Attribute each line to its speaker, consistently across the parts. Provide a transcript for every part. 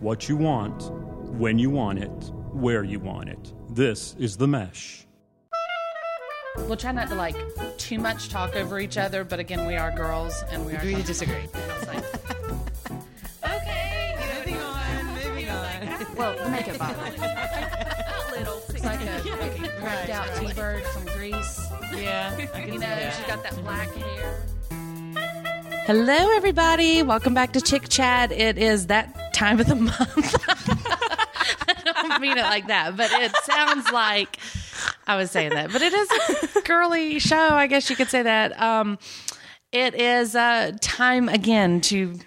Speaker 1: what you want, when you want it, where you want it. This is The Mesh.
Speaker 2: We'll try not to like too much talk over each other, but again, we are girls and we are.
Speaker 3: Agree to disagree.
Speaker 4: Okay, moving on, moving on.
Speaker 3: Well, the makeup bottle.
Speaker 2: It's like a cracked out T-bird from Greece.
Speaker 3: Yeah, I can
Speaker 2: You know, she's got that black hair.
Speaker 3: Hello, everybody. Welcome back to Chick Chat. It is that time of the month. I don't mean it like that, but it sounds like I was saying that. But it is a girly show. I guess you could say that. Um, it is uh, time again to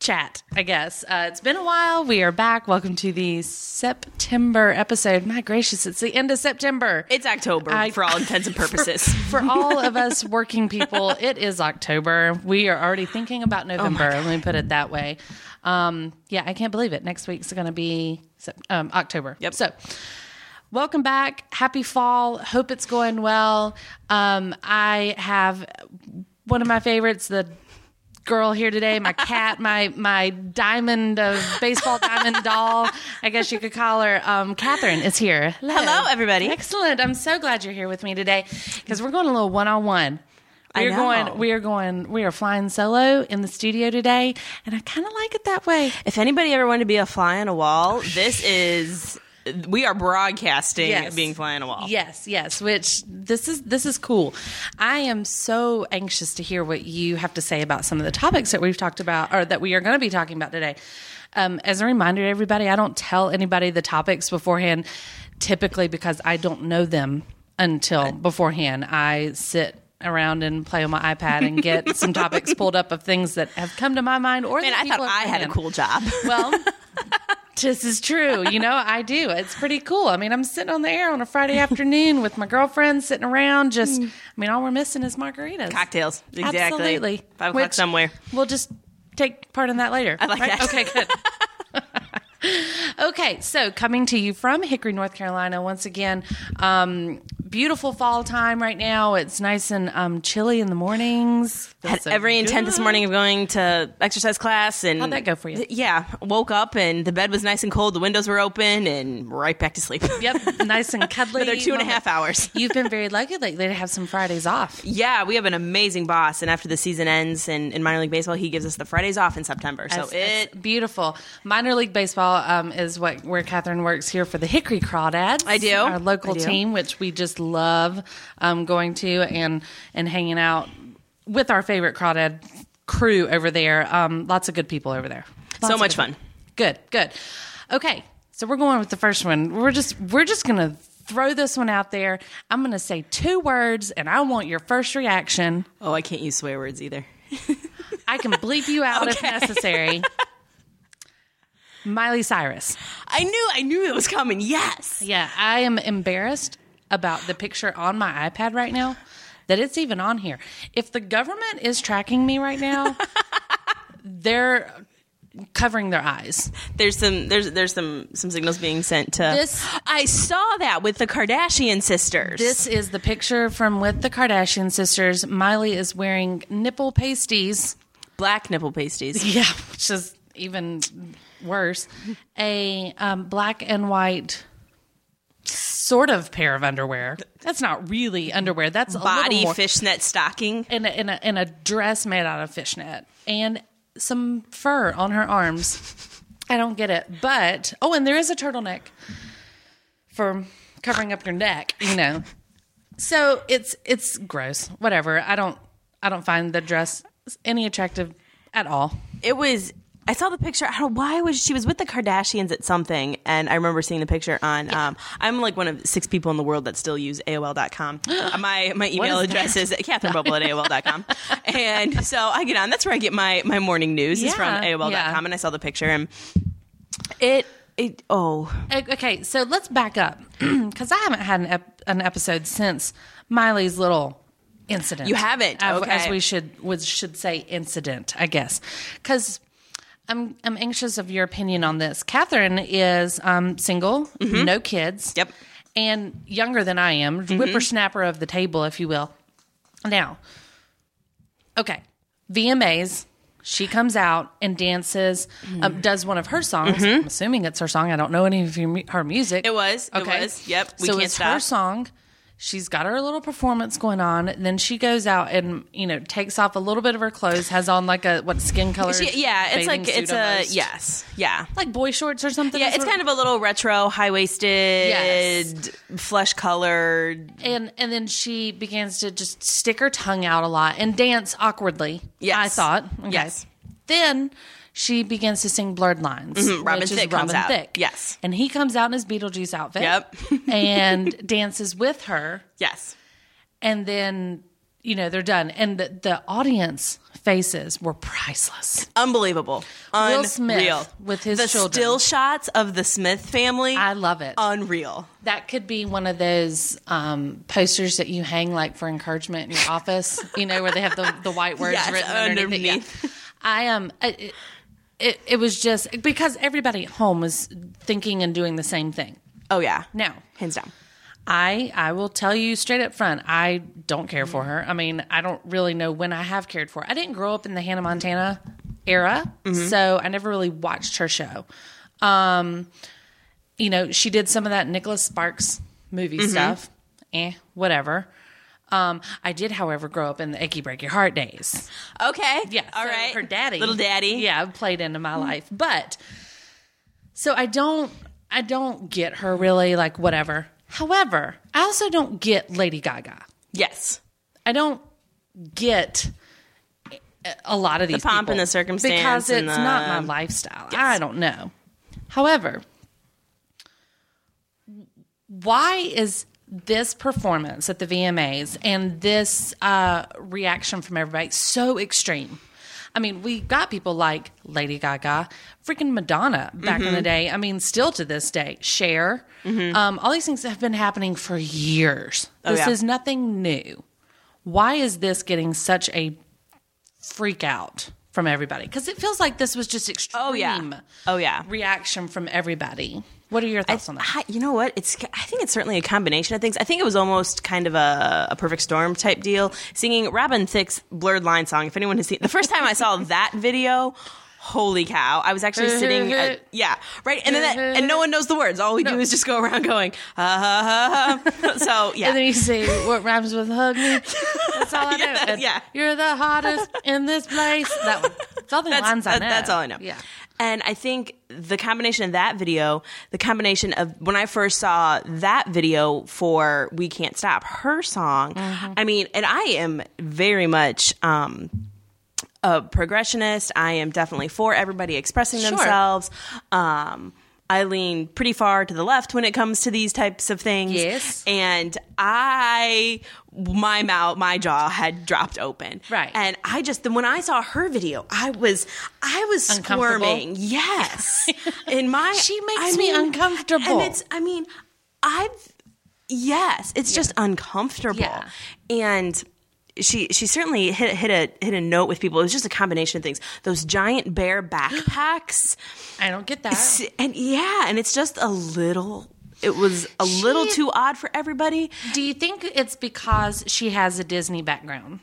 Speaker 3: chat, I guess. Uh, it's been a while. We are back. Welcome to the September episode. My gracious, it's the end of September.
Speaker 4: It's October
Speaker 3: I-
Speaker 4: for all intents and purposes.
Speaker 3: for all of us working people, it is October. We are already thinking about November. Let me put it that way. Um, yeah, I can't believe it. Next week's going to be Sep- um, October.
Speaker 4: Yep.
Speaker 3: So, welcome back. Happy fall. Hope it's going well. Um, I have one of my favorites, the girl here today, my cat, my my diamond of baseball diamond doll, I guess you could call her. Um, Catherine is here.
Speaker 4: Hello, everybody.
Speaker 3: Excellent. I'm so glad you're here with me today because we're going a little one on one.
Speaker 4: I
Speaker 3: We're
Speaker 4: know.
Speaker 3: going. We are going. We are flying solo in the studio today, and I kind of like it that way.
Speaker 4: If anybody ever wanted to be a fly on a wall, this is we are broadcasting
Speaker 3: Yes.
Speaker 4: being fly on a wall.
Speaker 3: Yes, yes. Which this is this is cool. I am so anxious to hear what you have to say about some of the topics that we've talked about or that we are going to be talking about today. Um, as a reminder to everybody, I don't tell anybody the topics beforehand, typically because I don't know them until beforehand. I sit around and play on my iPad and get some topics pulled up of things that have come to my mind or
Speaker 4: Man,
Speaker 3: that
Speaker 4: I thought
Speaker 3: people have
Speaker 4: I had a
Speaker 3: planned.
Speaker 4: cool job.
Speaker 3: Well, this is true. You know, I do. It's pretty cool. I mean, I'm sitting on the air on a Friday afternoon with my girlfriend sitting around. Just,
Speaker 4: Mm.
Speaker 3: I mean, all we're missing is margaritas,
Speaker 4: Cocktails. Exactly.
Speaker 3: Absolutely.
Speaker 4: Five
Speaker 3: Which
Speaker 4: o'clock somewhere.
Speaker 3: We'll just take part in that later. I
Speaker 4: like that.
Speaker 3: Okay, good. Okay, so coming to you from Hickory, North Carolina, once again, um, beautiful fall time right now. It's nice and um, chilly in the mornings.
Speaker 4: Had
Speaker 3: Feels so
Speaker 4: every
Speaker 3: good.
Speaker 4: intent this morning of going to exercise class and
Speaker 3: How'd that go for you?
Speaker 4: Yeah. Woke up and the bed was nice and cold, the windows were open and right back to sleep.
Speaker 3: Yep, nice and cuddly.
Speaker 4: Another two and a
Speaker 3: moment.
Speaker 4: half hours.
Speaker 3: You've been very lucky lately to have some Fridays off.
Speaker 4: Yeah, we have an amazing boss, and after the season ends in, in minor league baseball, he gives us the Fridays off in September. So
Speaker 3: It's-
Speaker 4: it
Speaker 3: it's beautiful. Minor league baseball um, is what where Catherine works here for the Hickory Crawdads.
Speaker 4: I do.
Speaker 3: our local
Speaker 4: I do.
Speaker 3: team, which we just love um, going to and and hanging out with our favorite Crawdad crew over there. Um, lots of good people over there. Lots
Speaker 4: so
Speaker 3: of
Speaker 4: much
Speaker 3: good
Speaker 4: fun.
Speaker 3: Good, good. Okay, so we're going with the first one. We're just we're just gonna throw this one out there. I'm gonna say two words, and I want your first reaction.
Speaker 4: Oh, I can't use swear words either.
Speaker 3: I can bleep you out if
Speaker 4: Okay.
Speaker 3: necessary. Miley Cyrus.
Speaker 4: I knew, I knew it was coming. Yes.
Speaker 3: Yeah, I am embarrassed about the picture on my iPad right now that it's even on here. If the government is tracking me right now, they're covering their eyes.
Speaker 4: There's some, there's, there's some, some signals being sent to.
Speaker 3: This-
Speaker 4: I saw that with the Kardashian sisters.
Speaker 3: This is the picture from with the Kardashian sisters. Miley is wearing nipple pasties.
Speaker 4: black nipple pasties.
Speaker 3: Yeah, which is even worse. A um, black and white sort of pair of underwear. That's not really underwear. That's a little
Speaker 4: Body
Speaker 3: more-
Speaker 4: fishnet stocking.
Speaker 3: in a, in a in a dress made out of fishnet and some fur on her arms. I don't get it, but oh, and there is a turtleneck for covering up your neck, you know. So it's it's gross. Whatever. I don't I don't find the dress any attractive at all.
Speaker 4: It was. I saw the picture. I don't know why was she was with the Kardashians at something, and I remember seeing the picture on. Um, I'm like one of six people in the world that still use AOL.com. Uh, my my email
Speaker 3: is that?
Speaker 4: address is catherinebubble at AOL.com, and so I get on. That's where I get my my morning news is from
Speaker 3: Yeah,
Speaker 4: AOL.com,
Speaker 3: yeah.
Speaker 4: and I saw the picture and it it oh
Speaker 3: O- Okay, so let's back up because I haven't had an, ep- an episode since Miley's little incident.
Speaker 4: You haven't?
Speaker 3: Of-
Speaker 4: Okay.
Speaker 3: as we should we should say incident, I guess, because. I'm I'm anxious of your opinion on this. Catherine is um, single, no kids.
Speaker 4: Mm-hmm. Yep. Mm-hmm.
Speaker 3: and younger than I am, whippersnapper of the table, if you will. Now, okay, VMAs. She comes out and dances,
Speaker 4: Mm-hmm.
Speaker 3: um, does one of her songs. I'm assuming it's her song. I don't know any of your, mu- her music.
Speaker 4: It was. It was. Yep. We
Speaker 3: so
Speaker 4: can't
Speaker 3: it's her
Speaker 4: stop.
Speaker 3: song. She's got her little performance going on. Then she goes out and you know takes off a little bit of her clothes, has on like a what skin color?
Speaker 4: She- yeah, it's like it's a yes, yeah.
Speaker 3: like boy shorts or something.
Speaker 4: Yeah,
Speaker 3: is
Speaker 4: it's
Speaker 3: what-
Speaker 4: kind of a little retro, high waisted, flesh colored.
Speaker 3: and and then she begins to just stick her tongue out a lot and dance awkwardly.
Speaker 4: Yes.
Speaker 3: I thought. Okay.
Speaker 4: Yes.
Speaker 3: Then she begins to sing "Blurred Lines."
Speaker 4: Mm-hmm. Robin
Speaker 3: which is
Speaker 4: Thicke comes
Speaker 3: Robin
Speaker 4: out.
Speaker 3: Thicke.
Speaker 4: Yes.
Speaker 3: and he comes out in his Beetlejuice outfit.
Speaker 4: Yep.
Speaker 3: and dances with her,
Speaker 4: Yes.
Speaker 3: and then you know they're done, and the, the audience faces were priceless.
Speaker 4: Unbelievable. Unreal.
Speaker 3: Will Smith with his
Speaker 4: the
Speaker 3: children.
Speaker 4: still shots of the Smith family.
Speaker 3: I love
Speaker 4: Oh,
Speaker 3: it.
Speaker 4: Unreal.
Speaker 3: That could be one of those um, posters that you hang like for encouragement in your office, you know, where they have the, the white words
Speaker 4: Yes,
Speaker 3: written underneath. it. Yeah.
Speaker 4: underneath.
Speaker 3: I Um, I- it, it was just because everybody at home was thinking and doing the same thing.
Speaker 4: Oh yeah.
Speaker 3: Now,
Speaker 4: Hands down.
Speaker 3: I I will tell you straight up front, I don't care for her. I mean, I don't really know when I have cared for. Her. I didn't grow up in the Hannah Montana era, so I never really watched her show. Um, you know, she did some of that Nicholas Sparks movie stuff. Eh, whatever. Um, I did, however, grow up in the Icky Break Your Heart days.
Speaker 4: Okay.
Speaker 3: Yeah.
Speaker 4: All
Speaker 3: so
Speaker 4: right.
Speaker 3: Her daddy.
Speaker 4: Little daddy. Mm-hmm.
Speaker 3: Yeah, played into my life. But so I don't I don't get her really like whatever. However, I also don't get Lady Gaga.
Speaker 4: Yes.
Speaker 3: I don't get a lot of these
Speaker 4: pomp
Speaker 3: people
Speaker 4: and the circumstance
Speaker 3: because
Speaker 4: and
Speaker 3: it's
Speaker 4: the-
Speaker 3: not my lifestyle. I don't know. However, why is this performance at the VMAs and this uh, reaction from everybody so extreme? I mean, we got people like Lady Gaga, freaking Madonna back
Speaker 4: Mm-hmm.
Speaker 3: in the day. I mean, still to this day, Cher. Um, all these things have been happening for years. this
Speaker 4: Oh, yeah.
Speaker 3: is nothing new. Why is this getting such a freak out from everybody? Because it feels like this was just extreme
Speaker 4: Oh yeah. Oh yeah.
Speaker 3: reaction from everybody. What are your thoughts on that?
Speaker 4: I, you know what? It's I think it's certainly a combination of things. I think it was almost kind of a, a perfect storm type deal. Singing Robin Thicke's "Blurred Line" song. If anyone has seen the first time I saw that video, holy cow! I was actually sitting,
Speaker 3: Uh-huh.
Speaker 4: at, yeah, right, and then that, and no one knows the words. All we do is just go around going, ah, ha, ha, ha. so yeah,
Speaker 3: And then you say, what rhymes with hug me? That's all I know.
Speaker 4: Yeah,
Speaker 3: And
Speaker 4: yeah.
Speaker 3: You're the hottest in this place. That one. It's all the lines I
Speaker 4: that-
Speaker 3: know.
Speaker 4: That's all I know.
Speaker 3: Yeah.
Speaker 4: And I think the combination of that video, the combination of when I first saw that video for We Can't Stop, her song,
Speaker 3: Mm-hmm.
Speaker 4: I mean, and I am very much um a progressionist. I am definitely for everybody expressing themselves. Um I lean pretty far to the left when it comes to these types of things.
Speaker 3: Yes.
Speaker 4: And I my mouth my jaw had dropped open.
Speaker 3: Right.
Speaker 4: And I just then when I saw her video, I was I was
Speaker 3: Uncomfortable?
Speaker 4: squirming. Yes. In my
Speaker 3: She makes me uncomfortable.
Speaker 4: And it's I mean, I've yes, it's just uncomfortable.
Speaker 3: Yeah.
Speaker 4: And she she certainly hit hit a hit a note with people. It was just a combination of things. Those giant bear backpacks
Speaker 3: I don't get that.
Speaker 4: and yeah, and it's just a little it was a little
Speaker 3: She-
Speaker 4: too odd for everybody.
Speaker 3: Do you think it's because she has a Disney background?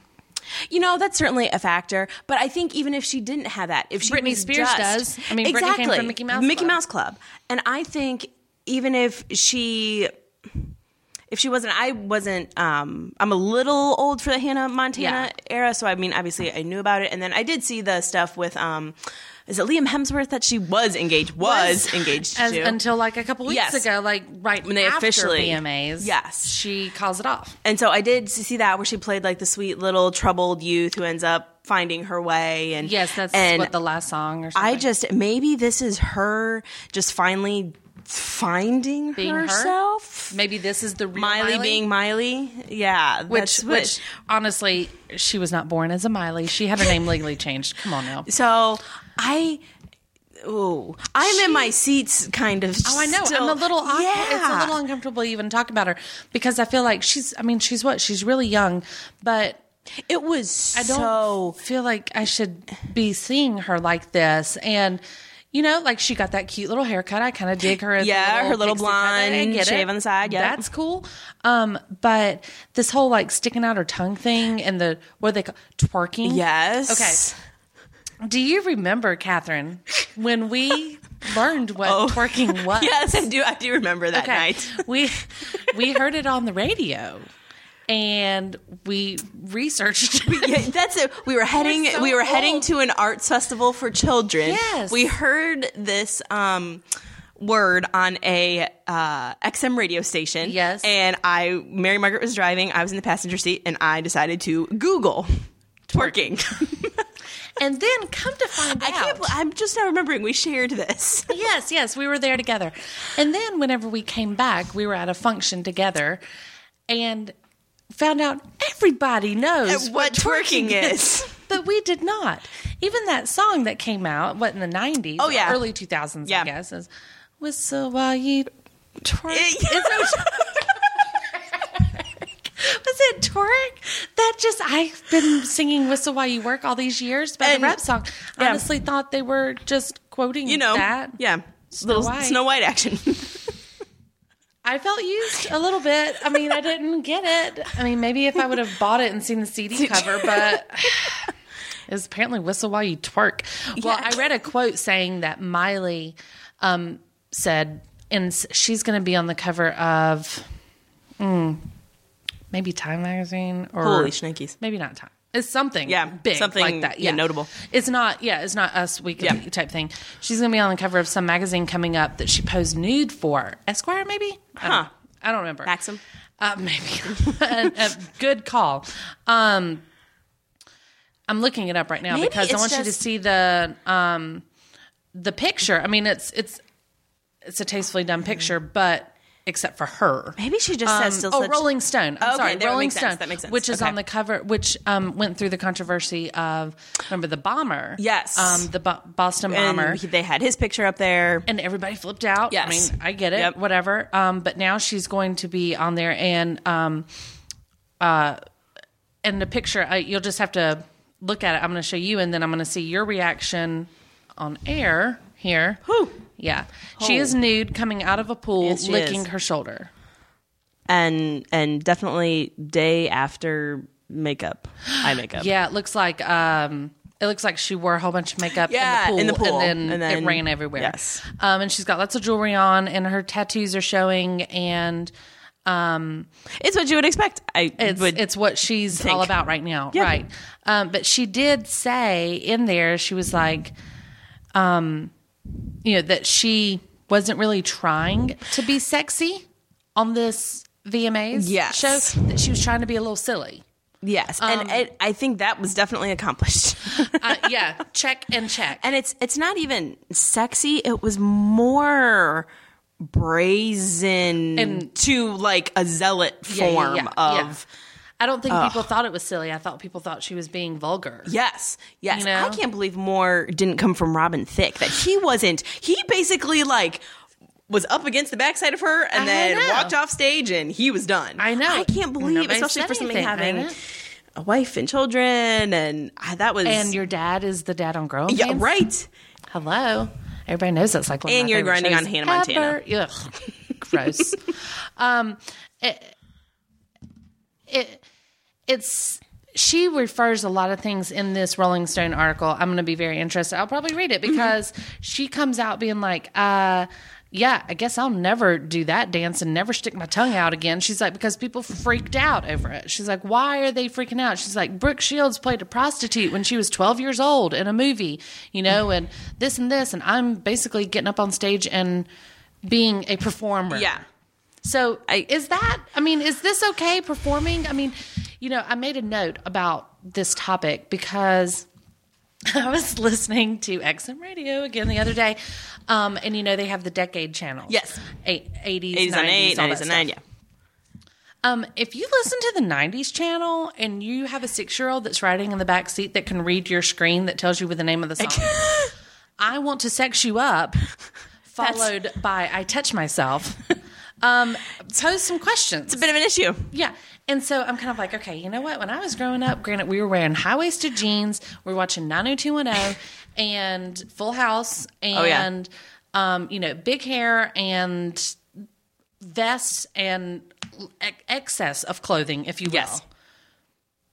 Speaker 4: You know, that's certainly a factor. But I think even if she didn't have that, if she
Speaker 3: Britney
Speaker 4: was
Speaker 3: Spears
Speaker 4: just-
Speaker 3: does. I mean, Britney came
Speaker 4: exactly,
Speaker 3: from Mickey Mouse Club.
Speaker 4: Mouse Club, and I think even if she. If she wasn't, I wasn't. Um, I'm a little old for the Hannah Montana era, so I mean, obviously, I knew about it, and then I did see the stuff with. Um, is it Liam Hemsworth that she was engaged? Was, engaged
Speaker 3: As,
Speaker 4: to
Speaker 3: until like a couple weeks
Speaker 4: Yes.
Speaker 3: ago, like right
Speaker 4: When they
Speaker 3: after
Speaker 4: officially-
Speaker 3: VMAs.
Speaker 4: Yes.
Speaker 3: She calls it off.
Speaker 4: And so I did see that where she played like the sweet little troubled youth who ends up finding her way. And
Speaker 3: Yes, that's
Speaker 4: and
Speaker 3: what the last song or something.
Speaker 4: I just maybe this is her just finally finding
Speaker 3: Being her?
Speaker 4: herself.
Speaker 3: Maybe this is the real
Speaker 4: Miley, being Miley, yeah,
Speaker 3: which,
Speaker 4: that's what-
Speaker 3: which honestly, she was not born as a Miley. She had her name legally changed. Come on now.
Speaker 4: So I. Ooh, I'm in my seats, kind of.
Speaker 3: Oh, I know.
Speaker 4: still.
Speaker 3: I'm a little awkward. It's a
Speaker 4: Yeah.
Speaker 3: little uncomfortable to even talk about her because I feel like she's. I mean, she's what? She's really young, but
Speaker 4: It was
Speaker 3: I don't
Speaker 4: so
Speaker 3: feel like I should be seeing her like this. And you know, like she got that cute little haircut. I kind of dig her. As a
Speaker 4: Yeah, her little
Speaker 3: pixie cut. I
Speaker 4: blonde
Speaker 3: get it.
Speaker 4: shave on the side, yep.
Speaker 3: that's cool. Um, but this whole like sticking out her tongue thing and the what do they call twerking.
Speaker 4: yes.
Speaker 3: Okay. Do you remember, Catherine, when we learned what twerking was?
Speaker 4: Oh. Yes, I do. I do remember that
Speaker 3: Okay.
Speaker 4: night.
Speaker 3: we we heard it on the radio, and we researched. it.
Speaker 4: Yeah, that's it. We were heading.
Speaker 3: so
Speaker 4: we were heading
Speaker 3: old.
Speaker 4: to an arts festival for children.
Speaker 3: Yes.
Speaker 4: We heard this um, word on a uh, XM radio station.
Speaker 3: Yes.
Speaker 4: And I, Mary Margaret was driving. I was in the passenger seat, and I decided to Google twerking.
Speaker 3: and then come to find out,
Speaker 4: I can't. bel- I'm just now remembering we shared this.
Speaker 3: yes, yes, we were there together. And then whenever we came back, we were at a function together, and found out everybody knows
Speaker 4: what twerking is.
Speaker 3: But we did not. Even that song that came out, what in the nineties?
Speaker 4: Oh, yeah.
Speaker 3: early two thousands.
Speaker 4: Yeah.
Speaker 3: I guess is whistle while you twerk.
Speaker 4: Eh,
Speaker 3: Is it- Was it twerk? That just I've been singing "Whistle While You Work" all these years by
Speaker 4: And-
Speaker 3: the rap song.
Speaker 4: yeah.
Speaker 3: Honestly, thought they were just quoting
Speaker 4: You know.
Speaker 3: that.
Speaker 4: Yeah. Little
Speaker 3: White.
Speaker 4: Snow White action.
Speaker 3: I felt used a little bit. I mean, I didn't get it. I mean, maybe if I would have bought it and seen the CD cover, but it's apparently whistle while you twerk. Well,
Speaker 4: Yeah.
Speaker 3: I read a quote saying that Miley um, said, and s- she's going to be on the cover of mm, maybe Time magazine or
Speaker 4: Holy shnikes.
Speaker 3: maybe not Time. It's something,
Speaker 4: Yeah,
Speaker 3: big
Speaker 4: something,
Speaker 3: like that,
Speaker 4: yeah, notable.
Speaker 3: It's not, yeah, it's not Us Weekly
Speaker 4: Yeah.
Speaker 3: type thing. She's gonna be on the cover of some magazine coming up that she posed nude for Esquire, maybe. I don't,
Speaker 4: Huh.
Speaker 3: know. I don't remember.
Speaker 4: Uh-huh. Maxim.
Speaker 3: uh, maybe a, a good call. Um, I'm looking it up right now
Speaker 4: Maybe
Speaker 3: because I
Speaker 4: it's
Speaker 3: want you to
Speaker 4: just-
Speaker 3: see the um, the picture. I mean, it's it's it's a tastefully done picture, but except for her,
Speaker 4: Maybe she just says still
Speaker 3: oh,
Speaker 4: such-
Speaker 3: Rolling Stone. I'm
Speaker 4: Okay,
Speaker 3: sorry,
Speaker 4: there, it
Speaker 3: Rolling
Speaker 4: makes
Speaker 3: Stone.
Speaker 4: sense. That makes sense.
Speaker 3: Which is
Speaker 4: Okay.
Speaker 3: on the cover, which um, went through the controversy of remember the bomber?
Speaker 4: Yes.
Speaker 3: um, the Bo- Boston
Speaker 4: And
Speaker 3: bomber.
Speaker 4: he- they had his picture up there.
Speaker 3: and everybody flipped out. I
Speaker 4: Yes.
Speaker 3: mean, I get it,
Speaker 4: Yep.
Speaker 3: whatever. Um, but now she's going to be on there, and um, uh, and the picture I, you'll just have to look at it. I'm going to show you, and then I'm going to see your reaction on air here.
Speaker 4: Whew. Oh.
Speaker 3: Yeah, she is nude, coming out of a pool,
Speaker 4: Yes, she
Speaker 3: licking
Speaker 4: is.
Speaker 3: her shoulder.
Speaker 4: and and definitely day after makeup, eye makeup.
Speaker 3: Yeah, it looks like um, it looks like she wore a whole bunch of makeup
Speaker 4: Yeah,
Speaker 3: in,
Speaker 4: in
Speaker 3: the
Speaker 4: the
Speaker 3: pool,
Speaker 4: pool,
Speaker 3: and, then
Speaker 4: and then-
Speaker 3: it ran everywhere.
Speaker 4: yes.
Speaker 3: um, and she's got lots of jewelry on, and her tattoos are showing, and um,
Speaker 4: it's what you would expect. I
Speaker 3: it's
Speaker 4: would.
Speaker 3: it's what she's all
Speaker 4: think.
Speaker 3: about right now, right? Um, but she did say in there she was like, um, you know, that she wasn't really trying to be sexy on this VMAs
Speaker 4: Yes.
Speaker 3: show; that she was trying to be a little silly.
Speaker 4: yes,
Speaker 3: um,
Speaker 4: and it, I think that was definitely accomplished.
Speaker 3: Uh, yeah, check and check.
Speaker 4: and it's it's not even sexy. It was more brazen to like a zealot
Speaker 3: Yeah, yeah,
Speaker 4: form
Speaker 3: yeah, yeah.
Speaker 4: of.
Speaker 3: I don't think people thought it was silly. I thought people thought she was being vulgar.
Speaker 4: Yes, yes.
Speaker 3: You know?
Speaker 4: I can't believe more didn't come from Robin Thicke. That he wasn't. He basically like was up against the backside of her and
Speaker 3: I
Speaker 4: then
Speaker 3: know.
Speaker 4: walked off stage, and he was done.
Speaker 3: I know.
Speaker 4: I can't believe,
Speaker 3: Nobody
Speaker 4: especially
Speaker 3: said
Speaker 4: for somebody
Speaker 3: anything, I
Speaker 4: having
Speaker 3: know.
Speaker 4: a wife and children, and I, that was
Speaker 3: And your dad is the dad on Grown
Speaker 4: yeah,
Speaker 3: Pains?
Speaker 4: right.
Speaker 3: Hello. Everybody knows that's like one of
Speaker 4: And
Speaker 3: my
Speaker 4: you're
Speaker 3: favorite
Speaker 4: grinding
Speaker 3: shows
Speaker 4: on Hannah
Speaker 3: ever. Ugh, gross. um, it, it, it's she refers a lot of things in this Rolling Stone article. I'm going to be very interested. I'll probably read it because she comes out being like, uh, "Yeah, I guess I'll never do that dance and never stick my tongue out again." She's like, because people freaked out over it. She's like, "Why are they freaking out?" She's like, "Brooke Shields played a prostitute when she was 12 years old in a movie, you know, and this and this, and I'm basically getting up on stage and." Being a performer,
Speaker 4: Yeah,
Speaker 3: so
Speaker 4: I-
Speaker 3: is that? I mean, is this okay performing? I mean, you know, I made a note about this topic because I was listening to XM Radio again the other day, um, and you know they have the decade channels.
Speaker 4: Yes.
Speaker 3: eight, 80s,
Speaker 4: eighties
Speaker 3: 90s,
Speaker 4: and eight,
Speaker 3: all that
Speaker 4: nineties and
Speaker 3: stuff.
Speaker 4: nine. Yeah,
Speaker 3: Um, if you listen to the 90s channel and you have a six year old that's riding in the back seat that can read your screen that tells you with the name of the song, I want to sex you up, followed by I touch myself. Um, pose some questions.
Speaker 4: it's a bit of an issue.
Speaker 3: Yeah. And so I'm kind of like, okay, you know what? When I was growing up, granted, we were wearing high waisted jeans, we were watching 90210 and Full House
Speaker 4: Oh, yeah.
Speaker 3: and, um, you know, big hair and vests and ex- excess of clothing, if you will.
Speaker 4: Yes.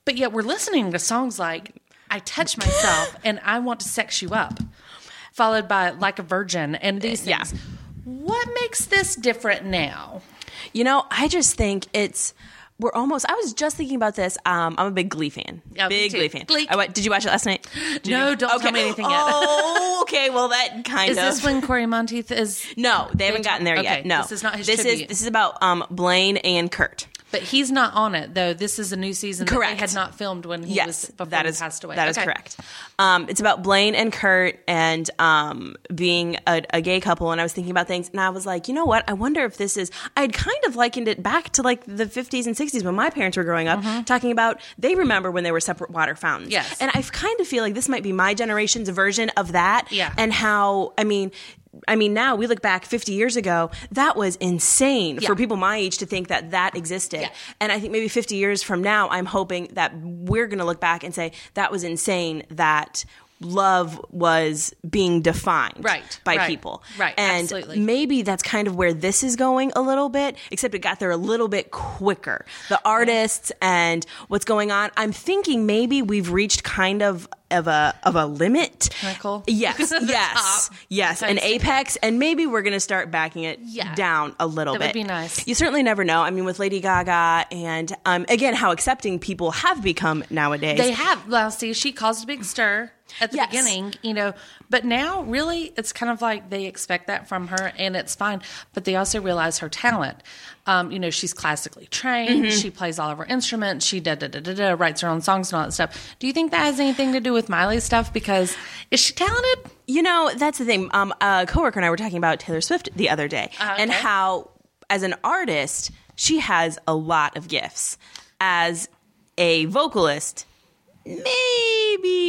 Speaker 3: But yet we're listening to songs like I touch myself and I want to sex you up, followed by like a virgin and these
Speaker 4: Yeah.
Speaker 3: things. What makes this different now?
Speaker 4: You know, I just think it's we're almost. I was just thinking about this. Um, I'm a big Glee fan.
Speaker 3: Yeah, me
Speaker 4: big
Speaker 3: too.
Speaker 4: Glee fan.
Speaker 3: Glee.
Speaker 4: I, wa- did you watch it last night? Did you?
Speaker 3: No, don't tell me anything yet.
Speaker 4: Oh, okay. Well, that kind
Speaker 3: Is
Speaker 4: of.
Speaker 3: this when Corey Monteith is?
Speaker 4: no, they haven't gotten there yet.
Speaker 3: Okay,
Speaker 4: No,
Speaker 3: this is not his
Speaker 4: This is
Speaker 3: tribute.
Speaker 4: this is about um, Blaine and Kurt.
Speaker 3: But he's not on it though. This is a new season. That
Speaker 4: Correct.
Speaker 3: they had not filmed when he was before
Speaker 4: that
Speaker 3: he
Speaker 4: is
Speaker 3: passed away.
Speaker 4: That is
Speaker 3: Okay.
Speaker 4: correct. Um, it's about Blaine and Kurt and um, being a, a gay couple. And I was thinking about things, and I was like, you know what? I wonder if this is. I'd kind of likened it back to like the 50s and 60s when my parents were growing up, talking about they remember when there were separate water fountains.
Speaker 3: Mm-hmm. Yes.
Speaker 4: and I kind of feel like this might be my generation's version of that.
Speaker 3: Yeah.
Speaker 4: and how I mean. I mean, now we look back 50 years ago, that was insane for people my age to think that that existed.
Speaker 3: Yeah.
Speaker 4: And I think maybe 50 years from now, I'm hoping that we're going to look back and say, that was insane that love was being defined
Speaker 3: Right,
Speaker 4: by
Speaker 3: right,
Speaker 4: people.
Speaker 3: right,
Speaker 4: And
Speaker 3: absolutely.
Speaker 4: maybe that's kind of where this is going a little bit, except it got there a little bit quicker. The artists and what's going on. I'm thinking maybe we've reached kind of of a of a limit.
Speaker 3: Pinnacle?
Speaker 4: Yes.
Speaker 3: The
Speaker 4: yes.
Speaker 3: top.
Speaker 4: Yes. An apex. And maybe we're gonna start backing it
Speaker 3: Yeah.
Speaker 4: down a little
Speaker 3: That
Speaker 4: bit.
Speaker 3: would be nice.
Speaker 4: You certainly never know. I mean with Lady Gaga and um, again how accepting people have become nowadays.
Speaker 3: They have. Well, see, she caused a big stir at the
Speaker 4: Yes.
Speaker 3: beginning, you know, but now really it's kind of like they expect that from her and it's fine. But they also realize her talent. Um, you know, she's classically trained.
Speaker 4: Mm-hmm.
Speaker 3: She plays all of her instruments. She da da da da da writes her own songs and all that stuff. Do you think that has anything to do with Miley's stuff? Because is she talented?
Speaker 4: You know, that's the thing. Um, a coworker and I were talking about Taylor Swift the other day and
Speaker 3: Uh, okay.
Speaker 4: how, as an artist, she has a lot of gifts. As a vocalist, maybe.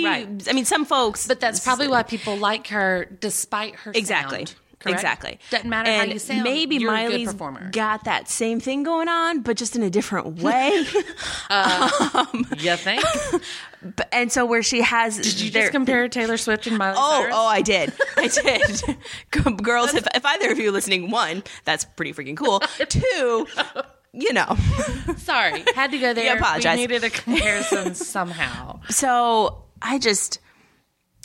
Speaker 3: Right.
Speaker 4: I mean, some folks.
Speaker 3: But that's probably why people like her, despite her
Speaker 4: Exactly.
Speaker 3: sound, correct?
Speaker 4: Exactly.
Speaker 3: Doesn't matter
Speaker 4: and
Speaker 3: how you sound.
Speaker 4: Maybe
Speaker 3: you're a good
Speaker 4: Miley's
Speaker 3: performer.
Speaker 4: got that same thing going on, but just in a different way.
Speaker 3: You think?
Speaker 4: But- and so, where she has,
Speaker 3: Did you just compare Taylor Swift and Miley
Speaker 4: Oh,
Speaker 3: Cyrus?
Speaker 4: oh, I did. I did. G- Girls, if, if either of you are listening, one, that's pretty freaking cool. Two, you know.
Speaker 3: Sorry, had to go there.
Speaker 4: You apologize.
Speaker 3: We needed a comparison somehow.
Speaker 4: So I just,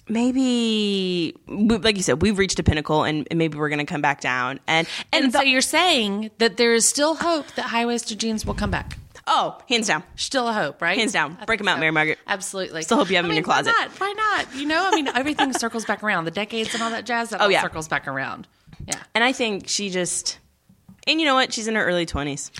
Speaker 4: maybe, we- like you said, we've reached a pinnacle and, and maybe we're going to come back down. And, and,
Speaker 3: And
Speaker 4: the-
Speaker 3: so you're saying that there is still hope that high waisted jeans will come back.
Speaker 4: oh, hands down.
Speaker 3: Still a hope, right?
Speaker 4: Hands down.
Speaker 3: I
Speaker 4: Break
Speaker 3: think
Speaker 4: 'em out, Mary Margaret.
Speaker 3: Absolutely.
Speaker 4: Still hope you have 'em
Speaker 3: I
Speaker 4: in
Speaker 3: mean,
Speaker 4: your closet.
Speaker 3: Why not? Why not? You know, I mean, everything circles back around. The decades and all that jazz. That
Speaker 4: Oh,
Speaker 3: all
Speaker 4: yeah.
Speaker 3: circles back around. Yeah.
Speaker 4: And I think she just, and you know what? She's in her early 20s.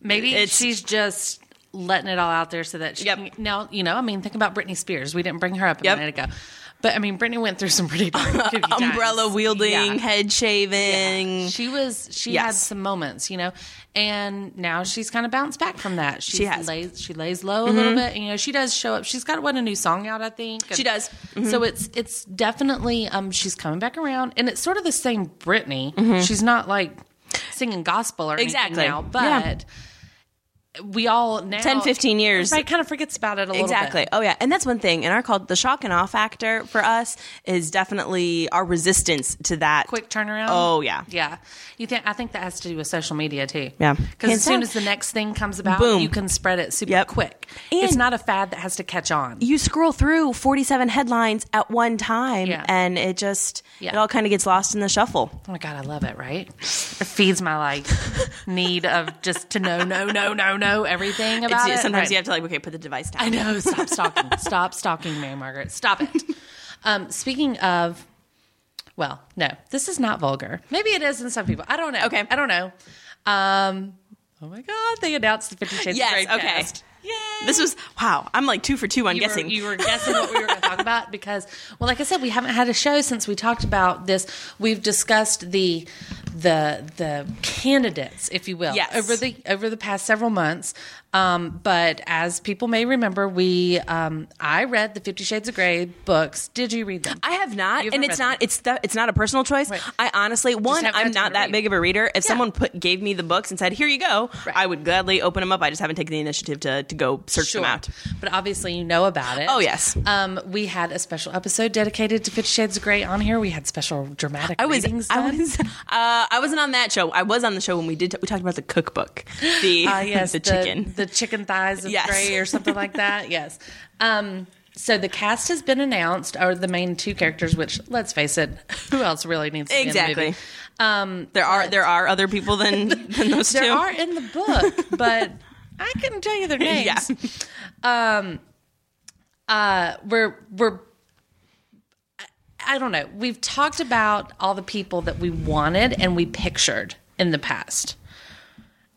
Speaker 3: Maybe
Speaker 4: It's-
Speaker 3: she's just letting it all out there so that she
Speaker 4: Yep.
Speaker 3: can, now you know. I mean, think about Britney Spears. We didn't bring her up a
Speaker 4: Yep.
Speaker 3: minute ago, but I mean, Britney went through some pretty dark, goody times.
Speaker 4: Umbrella wielding,
Speaker 3: Yeah.
Speaker 4: head shaving.
Speaker 3: She was she had
Speaker 4: Mm. Yes.
Speaker 3: some moments, you know, and now she's kind of bounced back from that. She's
Speaker 4: has. Mm-hmm.
Speaker 3: Lays, she lays low a little bit. and, you know, she does show up. She's got what a new song out, I think. Mm-hmm.
Speaker 4: She does.
Speaker 3: So it's it's definitely um she's coming back around, and it's sort of the same Britney. She's not like singing gospel or anything
Speaker 4: Mm-hmm. Exactly.
Speaker 3: now,
Speaker 4: Yeah.
Speaker 3: but. We all now
Speaker 4: 10, 15 years.
Speaker 3: Everybody kind of forgets about it a little
Speaker 4: Exactly.
Speaker 3: bit.
Speaker 4: Oh yeah, and that's one thing. In our cult, the shock and awe factor for us is definitely our resistance to that
Speaker 3: Quick turnaround.
Speaker 4: Oh yeah,
Speaker 3: Yeah, you think I think that has to do with social media too.
Speaker 4: Yeah.
Speaker 3: because
Speaker 4: Hands
Speaker 3: as soon
Speaker 4: down.
Speaker 3: as the next thing comes about,
Speaker 4: Boom.
Speaker 3: you can spread it super
Speaker 4: Yep.
Speaker 3: quick.
Speaker 4: And-
Speaker 3: it's not a fad that has to catch on.
Speaker 4: You scroll through forty-seven headlines at one time,
Speaker 3: Yeah.
Speaker 4: and it just
Speaker 3: Yeah.
Speaker 4: it all kind of gets lost in the shuffle.
Speaker 3: Oh my god, I love it. Right, it feeds my like need of just to know, no, no, no, no, everything about
Speaker 4: It's-
Speaker 3: it.
Speaker 4: sometimes
Speaker 3: Right.
Speaker 4: you have to like, okay, put the device down.
Speaker 3: I know. Stop stalking. stop stalking, Mary Margaret. Stop it. Um, speaking of, well, no, this is not vulgar. Maybe it is in some people. I don't know.
Speaker 4: Okay.
Speaker 3: I don't know. Um, oh my God, they announced the Fifty Shades
Speaker 4: Yes,
Speaker 3: of Grey
Speaker 4: okay.
Speaker 3: cast. Yay!
Speaker 4: This was wow. I'm like two for two. I'm
Speaker 3: you
Speaker 4: guessing.
Speaker 3: Were, you were guessing what we were going to talk about because, well, like I said, we haven't had a show since we talked about this. We've discussed the the the candidates, if you will,
Speaker 4: Yes.
Speaker 3: over the over the past several months. Um, but as people may remember, we um, I read the Fifty Shades of Grey books. Did you read them?
Speaker 4: I have not,
Speaker 3: You've
Speaker 4: and
Speaker 3: never
Speaker 4: it's
Speaker 3: read
Speaker 4: not. It's the, it's not a personal choice.
Speaker 3: Right.
Speaker 4: I honestly, one,
Speaker 3: haven't
Speaker 4: I'm
Speaker 3: had time
Speaker 4: not
Speaker 3: to
Speaker 4: that
Speaker 3: read.
Speaker 4: big of a reader. If someone put gave me the books and said, "Here you go," I would gladly open them up. I just haven't taken the initiative to to go search them out.
Speaker 3: But obviously, you know about it.
Speaker 4: Oh, yes.
Speaker 3: Um, we had a special episode dedicated to Fifty Shades of Grey on here. We had special dramatic
Speaker 4: I was,
Speaker 3: readings.
Speaker 4: I
Speaker 3: done.
Speaker 4: was, uh, I wasn't on that show. I was on the show when we did. we talked about the cookbook, the
Speaker 3: Ah, yes,
Speaker 4: the, chicken.
Speaker 3: the chicken thighs of
Speaker 4: Yes.
Speaker 3: gray or something like that. Yes. Um, So the cast has been announced, or the main two characters. Which, let's face it, who else really needs to Be in the
Speaker 4: Exactly.
Speaker 3: movie? Um,
Speaker 4: There are there are other people than than those
Speaker 3: there
Speaker 4: two.
Speaker 3: are in the book, but I couldn't tell you their names. Um, uh,
Speaker 4: yeah.
Speaker 3: we're we're I- I don't know. We've talked about all the people that we wanted and we pictured in the past.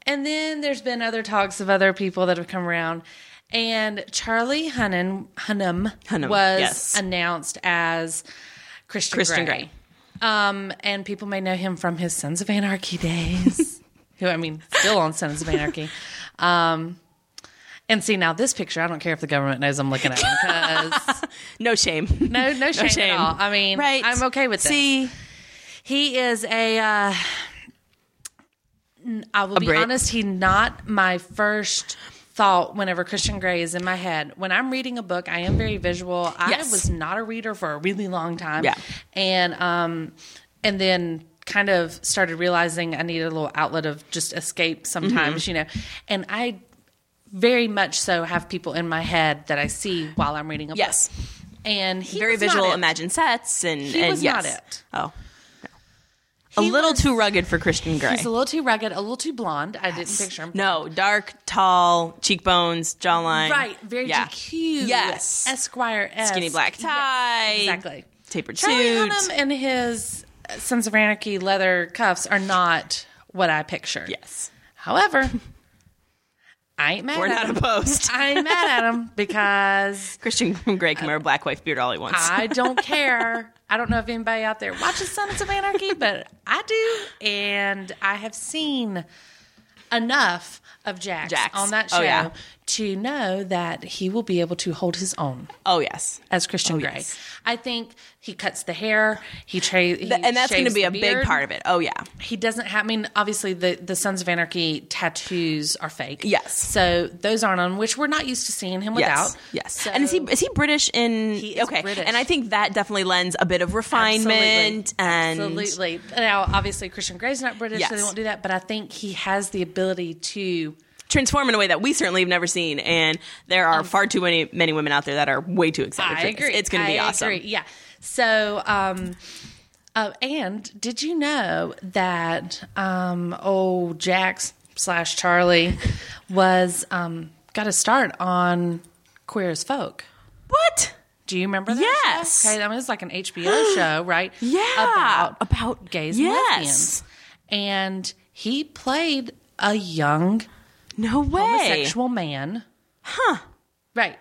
Speaker 3: And then there's been other talks of other people that have come around. And Charlie Hunnam, Hunnam,
Speaker 4: Hunnam,
Speaker 3: was
Speaker 4: yes.
Speaker 3: announced as Christian,
Speaker 4: Christian
Speaker 3: Grey. Um, and people may know him from his Sons of Anarchy days, who, I mean, still on Sons of Anarchy. Um, and see, now this picture, I don't care if the government knows I'm looking at him 'cause
Speaker 4: No shame.
Speaker 3: no, no shame,
Speaker 4: shame.
Speaker 3: at all. I mean,
Speaker 4: Right.
Speaker 3: I'm okay with this.
Speaker 4: See,
Speaker 3: He is a. Uh, n- I will be
Speaker 4: Brit.
Speaker 3: honest. He not my first thought whenever Christian Grey is in my head. When I'm reading a book, I am very visual. I
Speaker 4: Yes.
Speaker 3: was not a reader for a really long time.
Speaker 4: Yeah.
Speaker 3: and um, and then kind of started realizing I needed a little outlet of just escape sometimes,
Speaker 4: Mm-hmm.
Speaker 3: you know. And I very much so have people in my head that I see while I'm reading a
Speaker 4: Yes.
Speaker 3: book. And he
Speaker 4: very
Speaker 3: was not
Speaker 4: visual.
Speaker 3: it.
Speaker 4: Imagine sets and
Speaker 3: He
Speaker 4: and
Speaker 3: was
Speaker 4: yes.
Speaker 3: not it.
Speaker 4: Oh,
Speaker 3: He
Speaker 4: a little
Speaker 3: was-
Speaker 4: too rugged for Christian Grey.
Speaker 3: He's a little too rugged, a little too blonde. I didn't picture him.
Speaker 4: No, dark, tall, cheekbones, jawline.
Speaker 3: Right, very GQ.
Speaker 4: Yes.
Speaker 3: Esquire
Speaker 4: Skinny black tie.
Speaker 3: exactly.
Speaker 4: Tapered
Speaker 3: Charlie
Speaker 4: suit.
Speaker 3: Hunnam and his Sons of Anarchy leather cuffs are not what I pictured.
Speaker 4: Yes.
Speaker 3: However, I ain't mad
Speaker 4: We're
Speaker 3: at
Speaker 4: not
Speaker 3: him.
Speaker 4: opposed.
Speaker 3: I ain't mad at him because
Speaker 4: Christian Grey can wear a black wife beard all he wants.
Speaker 3: I don't care. I don't know if anybody out there watches Sons of Anarchy, but I do, and I have seen enough of Jax,
Speaker 4: Jax.
Speaker 3: on that show
Speaker 4: Oh, yeah.
Speaker 3: to know that he will be able to hold his own
Speaker 4: oh yes.
Speaker 3: as Christian Grey.
Speaker 4: yes.
Speaker 3: I think he cuts the hair. He, tra- he
Speaker 4: and that's going to
Speaker 3: shaves
Speaker 4: be
Speaker 3: the
Speaker 4: a big
Speaker 3: beard.
Speaker 4: part of it. Oh yeah.
Speaker 3: He doesn't have. I mean, obviously the the Sons of Anarchy tattoos are fake.
Speaker 4: Yes.
Speaker 3: so those aren't on, which we're not used to seeing him
Speaker 4: Yes.
Speaker 3: without.
Speaker 4: Yes. and is he is he British in
Speaker 3: He is
Speaker 4: Okay.
Speaker 3: British.
Speaker 4: And I think that definitely lends a bit of refinement and
Speaker 3: absolutely. Now, obviously, Christian Grey's not British, so they
Speaker 4: Yes.
Speaker 3: won't do that. But I think he has the ability to.
Speaker 4: transform in a way that we certainly have never seen and there are far too many many women out there that are way too excited
Speaker 3: Um, I
Speaker 4: for this.
Speaker 3: agree.
Speaker 4: It's going to be
Speaker 3: I
Speaker 4: awesome.
Speaker 3: Agree. Yeah. So, um, uh, and did you know that um, old Jax slash Charlie was um, got a start on Queer as Folk?
Speaker 4: What?
Speaker 3: Do you remember that?
Speaker 4: Yes.
Speaker 3: Show? Okay, I mean, it was like an HBO show, right?
Speaker 4: Yeah.
Speaker 3: About
Speaker 4: About-
Speaker 3: gays
Speaker 4: Yes.
Speaker 3: and lesbians. And he played a young
Speaker 4: No way.
Speaker 3: homosexual man. Huh. Right.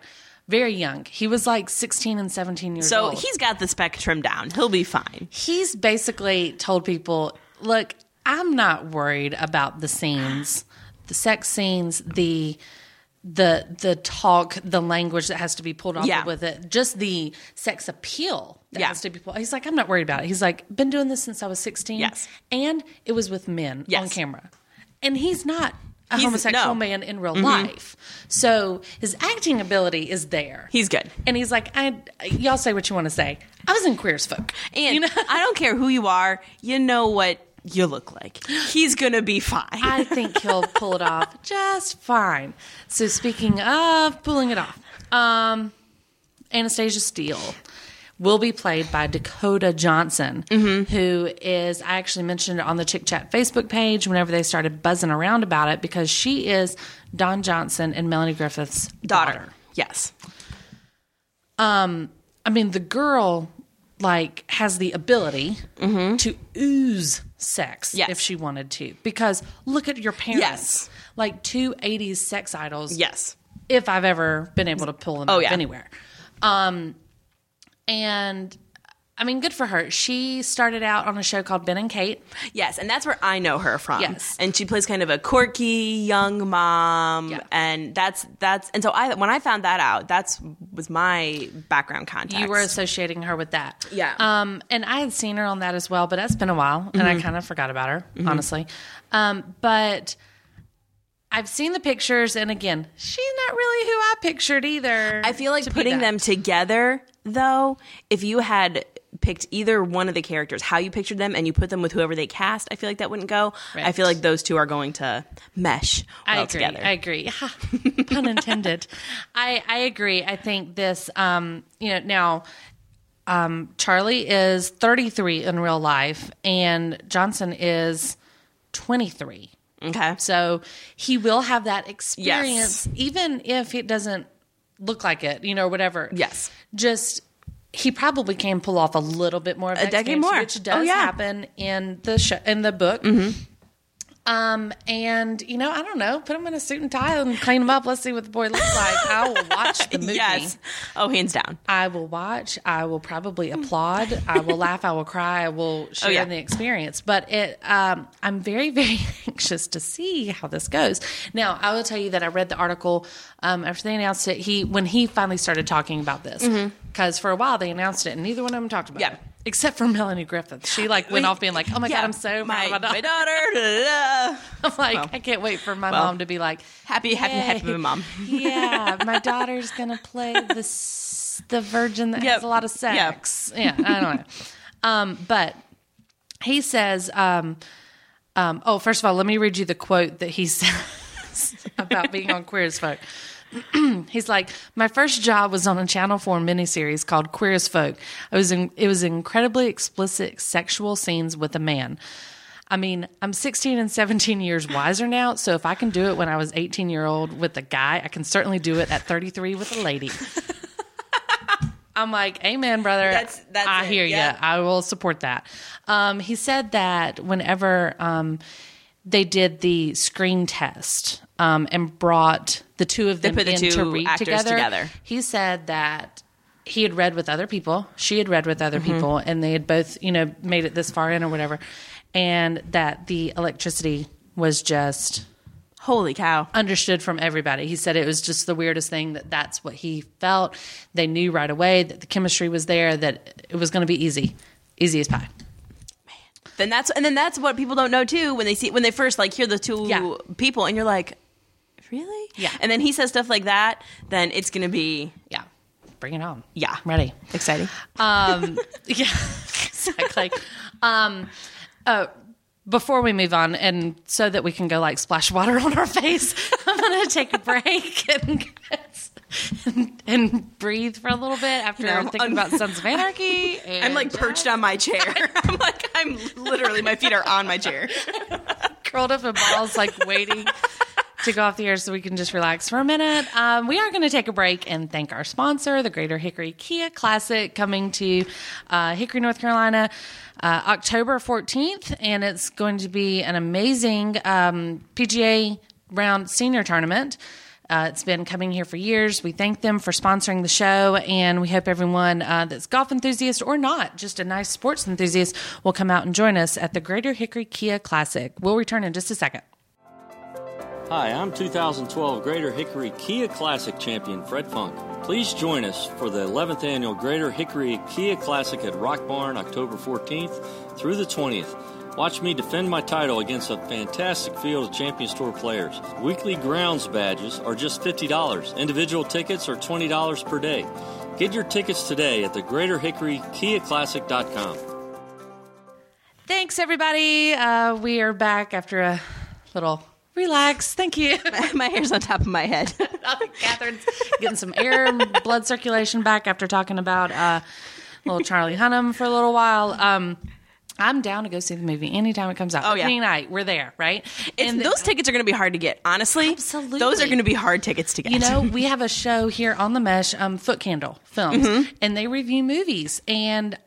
Speaker 3: Very young. He was like 16 and 17 years
Speaker 4: So
Speaker 3: old.
Speaker 4: he's got the spectrum down. He'll be fine.
Speaker 3: he's basically told people, look, I'm not worried about the scenes, the sex scenes, the the the talk, the language that has to be pulled off
Speaker 4: Yeah.
Speaker 3: with it, just the sex appeal that
Speaker 4: Yeah.
Speaker 3: has to be pulled. He's like, I'm not worried about it. He's like, been doing this since I was 16,
Speaker 4: Yes.
Speaker 3: and it was with men on
Speaker 4: Yes.
Speaker 3: camera, and he's not. A
Speaker 4: He's-
Speaker 3: homosexual
Speaker 4: no. Mm-hmm.
Speaker 3: man in real life, so his acting ability is there.
Speaker 4: He's good.
Speaker 3: and he's like, I, y'all say what you want to say. I was in Queer as Folk,
Speaker 4: And
Speaker 3: you know?
Speaker 4: I don't care who you are, you know what you look like. He's gonna be fine.
Speaker 3: I think he'll pull it off just fine. So speaking of pulling it off, um, Anastasia Steele will be played by Dakota Johnson, who is I actually mentioned it on the Chick Chat Facebook page whenever they started buzzing around about it because she is Don Johnson and Melanie Griffith's
Speaker 4: daughter.
Speaker 3: daughter.
Speaker 4: Yes.
Speaker 3: I mean, the girl like has the ability to ooze sex
Speaker 4: Mm-hmm. Yes.
Speaker 3: if she wanted to because look at your parents
Speaker 4: Yes.
Speaker 3: like two 80s sex idols
Speaker 4: Yes.
Speaker 3: if i've ever been able to pull them
Speaker 4: Oh,
Speaker 3: up
Speaker 4: yeah.
Speaker 3: anywhere um and i mean good for her she started out on a show called ben and kate
Speaker 4: Yes. And that's where I know her from.
Speaker 3: Yes.
Speaker 4: And she plays kind of a quirky young mom.
Speaker 3: Yeah.
Speaker 4: And that's that's and so I when I found that out, that's was my background context.
Speaker 3: you were associating her with that
Speaker 4: Yeah.
Speaker 3: um and i had seen her on that as well but that's been a while and
Speaker 4: Mm-hmm.
Speaker 3: i kind of forgot about her honestly um but I've seen the pictures, and again, she's not really who I pictured either.
Speaker 4: I feel like
Speaker 3: to be
Speaker 4: putting
Speaker 3: that.
Speaker 4: them together though, if you had picked either one of the characters, how you pictured them, and you put them with whoever they cast, I feel like that wouldn't go. I feel
Speaker 3: Right.
Speaker 4: like those two are going to mesh well
Speaker 3: I agree.
Speaker 4: together.
Speaker 3: I agree. Ha, Pun intended. I, I agree. I think this, um, you know, now um, Charlie is 33 in real life and Johnson is 23.
Speaker 4: okay.
Speaker 3: So he will have that experience, even if it doesn't look like it, you know, or whatever.
Speaker 4: Yes.
Speaker 3: Just he probably can pull off a little bit more of a
Speaker 4: decade more.
Speaker 3: which does
Speaker 4: Oh, yeah. Mm-hmm.
Speaker 3: happen in the show, in the book. Um, and you know, I don't know, put him in a suit and tie and clean him up. Let's see what the boy looks like. I will watch the movie.
Speaker 4: Yes. Oh, hands down.
Speaker 3: I will watch. I will probably applaud. I will laugh. I will cry. I will share
Speaker 4: Hmm. Oh, yeah.
Speaker 3: in the experience. But it, um, I'm very, very anxious to see how this goes. Now, I will tell you that I read the article um, after they announced it. He when he finally started talking about this because for a while they announced it and neither one of them talked about
Speaker 4: Mm-hmm. Yeah.
Speaker 3: it except for Melanie Griffith. She like went
Speaker 4: We-
Speaker 3: off being like, "Oh my
Speaker 4: Yeah.
Speaker 3: god, I'm so
Speaker 4: my,
Speaker 3: proud of
Speaker 4: my
Speaker 3: my daughter."
Speaker 4: daughter. da, da, da.
Speaker 3: I'm like, I can't wait for my mom to be like,
Speaker 4: Happy, happy, happy
Speaker 3: Yay.
Speaker 4: mom.
Speaker 3: yeah, my daughter's gonna play the s- the virgin that
Speaker 4: Yep.
Speaker 3: has a lot of sex. Yeah, I don't know. Um, but he says, um, um, oh, first of all, let me read you the quote that he says about being on Queer as Folk. He's like, my first job was on a Channel Four miniseries called Queer as Folk. I was in, it was incredibly explicit sexual scenes with a man. I mean, I'm 16 and 17 years wiser now, so if I can do it when I was 18 year old with a guy, I can certainly do it at 33 with a lady. I'm like, amen, brother.
Speaker 4: That's- that's
Speaker 3: I
Speaker 4: it.
Speaker 3: hear
Speaker 4: Yep.
Speaker 3: you. I will support that. Um, he said that whenever um, they did the screen test um, and brought the two of them
Speaker 4: put the
Speaker 3: in
Speaker 4: two
Speaker 3: to read
Speaker 4: actors together.
Speaker 3: he said that he had read with other people, she had read with other
Speaker 4: Mm-hmm.
Speaker 3: people, and they had both, you know, made it this far in or whatever, and that the electricity was just
Speaker 4: Holy cow.
Speaker 3: understood from everybody. He said it was just the weirdest thing that that's what he felt. They knew right away that the chemistry was there, that it was going to be easy, easy as pie.
Speaker 4: Then that's and then that's what people don't know too when they see when they first like hear the two
Speaker 3: Yeah.
Speaker 4: people and you're like, really?
Speaker 3: Yeah.
Speaker 4: And then he says stuff like that, then it's gonna be
Speaker 3: Yeah, bring it on.
Speaker 4: Yeah.
Speaker 3: I'm ready.
Speaker 4: exciting.
Speaker 3: Yeah, exactly. um, uh, before we move on, and so that we can go like splash water on our face, I'm going to take a break and, and breathe for a little bit after
Speaker 4: No,
Speaker 3: thinking
Speaker 4: I'm-
Speaker 3: about Sons of Anarchy.
Speaker 4: I'm
Speaker 3: and-
Speaker 4: like perched on my chair. I'm like I'm literally my feet are on my chair.
Speaker 3: curled up in balls, like waiting to go off the air so we can just relax for a minute. Um, we are going to take a break and thank our sponsor, the Greater Hickory Kia Classic, coming to uh, Hickory, North Carolina. Uh, October 14th, and it's going to be an amazing um, PGA round senior tournament. Uh, it's been coming here for years. We thank them for sponsoring the show, and we hope everyone uh, that's golf enthusiast or not, just a nice sports enthusiast, will come out and join us at the Greater Hickory Kia Classic. We'll return in just a second.
Speaker 5: Hi, I'm 2012 Greater Hickory Kia Classic champion Fred Funk. Please join us for the 11th annual Greater Hickory Kia Classic at Rock Barn October 14th through the 20th. Watch me defend my title against a fantastic field of Champions Tour players. Weekly grounds badges are just $50. Individual tickets are $20 per day. Get your tickets today at the Greater Hickory Kia Classic.com.
Speaker 3: Thanks, everybody. Uh, we are back after a little relax. Thank you.
Speaker 4: my hair's on top of my head.
Speaker 3: Catherine's getting some air and blood circulation back after talking about uh, little Charlie Hunnam for a little while. Um, I'm down to go see the movie anytime it comes out.
Speaker 4: Oh, yeah.
Speaker 3: Any night, we're there, right?
Speaker 4: It's,
Speaker 3: And the-
Speaker 4: those tickets are going to be hard to get. Honestly,
Speaker 3: Absolutely.
Speaker 4: those are going to be hard tickets to get.
Speaker 3: You know, we have a show here on the mesh, um, Foot Candle Films, and they review movies. And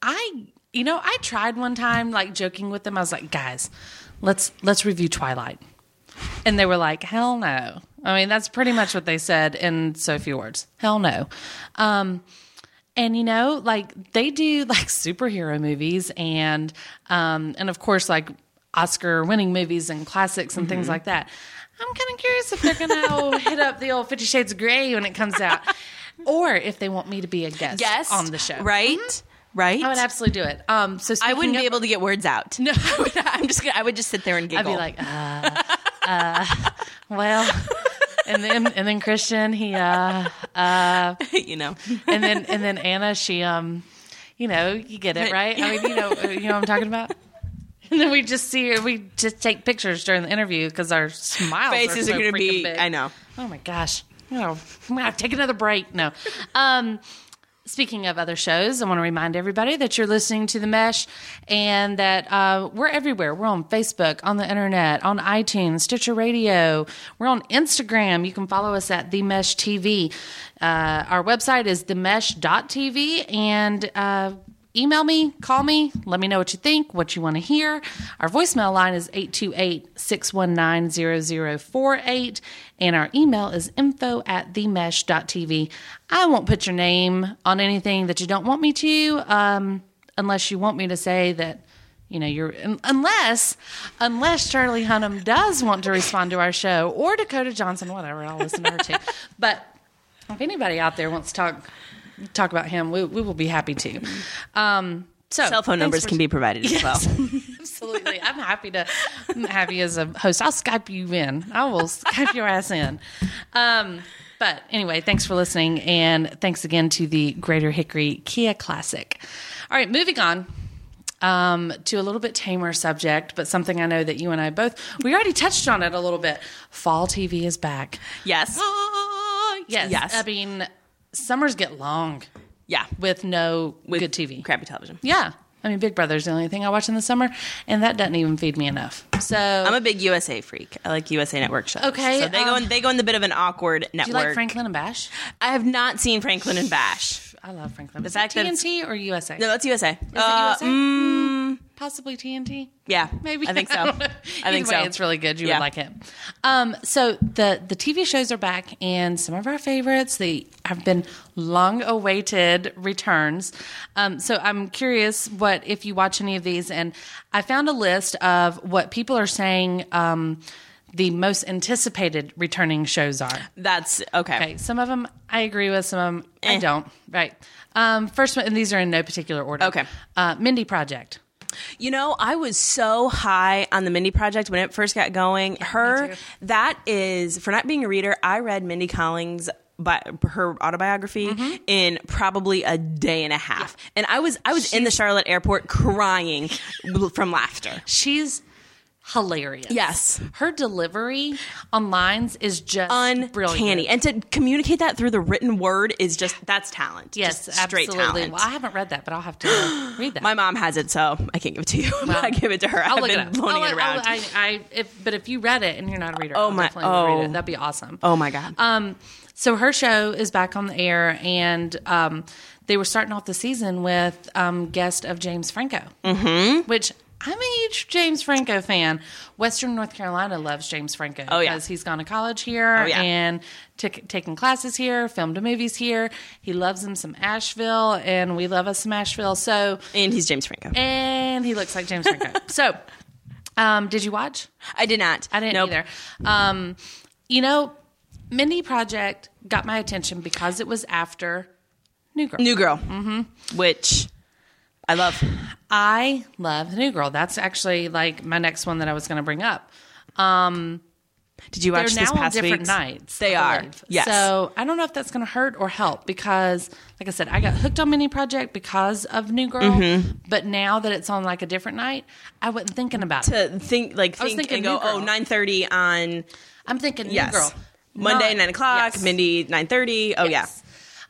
Speaker 3: I, you know, I tried one time, like joking with them. I was like, guys, let's let's review Twilight, and they were like, hell no. I mean, that's pretty much what they said in so few words. Hell no. Um, and you know, like they do like superhero movies and um and of course like Oscar winning movies and classics and
Speaker 4: Mm-hmm.
Speaker 3: things like that. I'm kind of curious if they're gonna hit up the old Fifty Shades of Grey when it comes out, or if they want me to be a guest
Speaker 4: yes,
Speaker 3: on the show. Mm-hmm.
Speaker 4: right? Right.
Speaker 3: I would absolutely do it. Um, so
Speaker 4: I wouldn't
Speaker 3: speaking
Speaker 4: be
Speaker 3: of-
Speaker 4: able to get words out. No, I would, I'm just. Gonna, I would just sit there and
Speaker 3: I'd
Speaker 4: giggle.
Speaker 3: be like, uh, uh, well, and then and then Christian he uh
Speaker 4: you know,
Speaker 3: and then and then Anna, she um, you know, you get it right. I mean, you know, you know what I'm talking about. And then we just see her. We just take pictures during the interview because our smiles
Speaker 4: Faces
Speaker 3: are,
Speaker 4: are
Speaker 3: so
Speaker 4: going to
Speaker 3: freaking
Speaker 4: be.
Speaker 3: Big.
Speaker 4: I know.
Speaker 3: Oh my gosh. Oh, I'm gonna take another break. No. Um, speaking of other shows, I want to remind everybody that you're listening to The Mesh and that uh, we're everywhere. We're on Facebook, on the internet, on iTunes, Stitcher Radio. We're on Instagram. You can follow us at The Mesh TV. Uh, our website is TheMesh.tv and uh, email me, call me, let me know what you think, what you want to hear. Our voicemail line is 828-619-0048 and our email is info at themesh.tv. I won't put your name on anything that you don't want me to um, unless you want me to say that you know, you're un- unless unless Charlie Hunnam does want to respond to our show or Dakota Johnson, whatever, I'll listen to her too. But if anybody out there wants to talk talk about him, we, we will be happy to. Um, so
Speaker 4: Cell phone
Speaker 3: thanks
Speaker 4: numbers
Speaker 3: for-
Speaker 4: can be provided as well.
Speaker 3: absolutely. I'm happy to have you as a host. I'll Skype you in. I will Skype your ass in. Um, but anyway, thanks for listening, and thanks again to the Greater Hickory Kia Classic. All right, moving on. Um, to a little bit tamer subject, but something I know that you and I both we already touched on it a little bit. Fall TV is back.
Speaker 4: Yes.
Speaker 3: Yes,
Speaker 4: Yes.
Speaker 3: I mean, summers get long
Speaker 4: Yeah.
Speaker 3: with no
Speaker 4: With
Speaker 3: good TV.
Speaker 4: Crappy television.
Speaker 3: Yeah. I mean, Big Brother's the only thing I watch in the summer, and that doesn't even feed me enough. So,
Speaker 4: I'm a big USA freak. I like USA Network shows.
Speaker 3: Okay,
Speaker 4: So they go
Speaker 3: um,
Speaker 4: in, they go in the bit of an awkward network.
Speaker 3: do you like Franklin and Bash?
Speaker 4: I have not seen Franklin and Bash. Uh,
Speaker 3: I love Franklin. Is
Speaker 4: fact
Speaker 3: that
Speaker 4: that it's-
Speaker 3: TNT or USA?
Speaker 4: No, um, that's USA. Is
Speaker 3: it USA? Possibly TNT.
Speaker 4: mm, yeah,
Speaker 3: Maybe
Speaker 4: I think so.
Speaker 3: I, don't know.
Speaker 4: I think
Speaker 3: Either way,
Speaker 4: so.
Speaker 3: It's really good. You
Speaker 4: Yeah.
Speaker 3: would like it. Um, so the the TV shows are back, and some of our favorites they have been long awaited returns. Um, so I'm curious what if you watch any of these, and I found a list of what people are saying. Um, the most anticipated returning shows are.
Speaker 4: That's okay.
Speaker 3: Okay, some of them I agree with, some of them
Speaker 4: Eh.
Speaker 3: I don't. Right. Um, first one, and these are in no particular order.
Speaker 4: Okay.
Speaker 3: Uh, Mindy Project.
Speaker 4: You know, I was so high on the Mindy Project when it first got going. her, that is, for not being a reader, I read Mindy Collins. By her autobiography
Speaker 3: Mm-hmm.
Speaker 4: in probably a day and a half, and I was I was in the Charlotte airport crying from laughter.
Speaker 3: She's hilarious.
Speaker 4: Yes.
Speaker 3: Her delivery on lines is just
Speaker 4: uncanny.
Speaker 3: brilliant.
Speaker 4: And to communicate that through the written word is just that's talent.
Speaker 3: yes,
Speaker 4: just straight
Speaker 3: absolutely.
Speaker 4: talent.
Speaker 3: Well, I haven't read that, but I'll have to read that.
Speaker 4: My mom has it, so I can't give it to you. but I give it to her.
Speaker 3: I'll
Speaker 4: have
Speaker 3: look
Speaker 4: been
Speaker 3: it up.
Speaker 4: loaning
Speaker 3: I'll-
Speaker 4: it around.
Speaker 3: I'll- I, I, if, but if you read it and you're not a reader,
Speaker 4: Oh
Speaker 3: I'll
Speaker 4: my-
Speaker 3: definitely read
Speaker 4: oh.
Speaker 3: it. That'd be awesome.
Speaker 4: oh my god!
Speaker 3: Um, so her show is back on the air, and um, they were starting off the season with um, guest of James Franco, mm-hmm. which I'm a huge James Franco fan. Western North Carolina loves James Franco
Speaker 4: Oh, yeah. Oh,
Speaker 3: because he's gone to college here
Speaker 4: yeah.
Speaker 3: and took taken classes here, filmed movies here. He loves him some Asheville, and we love us some Asheville. So,
Speaker 4: and he's James Franco.
Speaker 3: and he looks like James Franco. so, um, did you watch?
Speaker 4: I did not.
Speaker 3: I didn't
Speaker 4: Nope.
Speaker 3: either. Um, you know, Mindy Project got my attention because it was after New Girl.
Speaker 4: New Girl, mm-hmm. which I love.
Speaker 3: I love New Girl. That's actually like my next one that I was going to bring up.
Speaker 4: Did you watch
Speaker 3: They're
Speaker 4: this
Speaker 3: now on
Speaker 4: past
Speaker 3: different
Speaker 4: week's?
Speaker 3: nights.
Speaker 4: They
Speaker 3: I
Speaker 4: are.
Speaker 3: believe.
Speaker 4: Yes.
Speaker 3: So I don't know if that's going to hurt or help because, like I said, I got hooked on Mindy Project because of New Girl.
Speaker 4: Mm-hmm.
Speaker 3: But now that it's on like a different night, I wasn't thinking about it.
Speaker 4: to Uh, think like
Speaker 3: was
Speaker 4: think
Speaker 3: thinking
Speaker 4: and go.
Speaker 3: New Girl.
Speaker 4: Oh, nine thirty on
Speaker 3: I'm thinking New
Speaker 4: yes.
Speaker 3: Girl.
Speaker 4: Monday
Speaker 3: Not-
Speaker 4: nine o'clock.
Speaker 3: Yes.
Speaker 4: Mindy nine thirty. Oh
Speaker 3: Yes.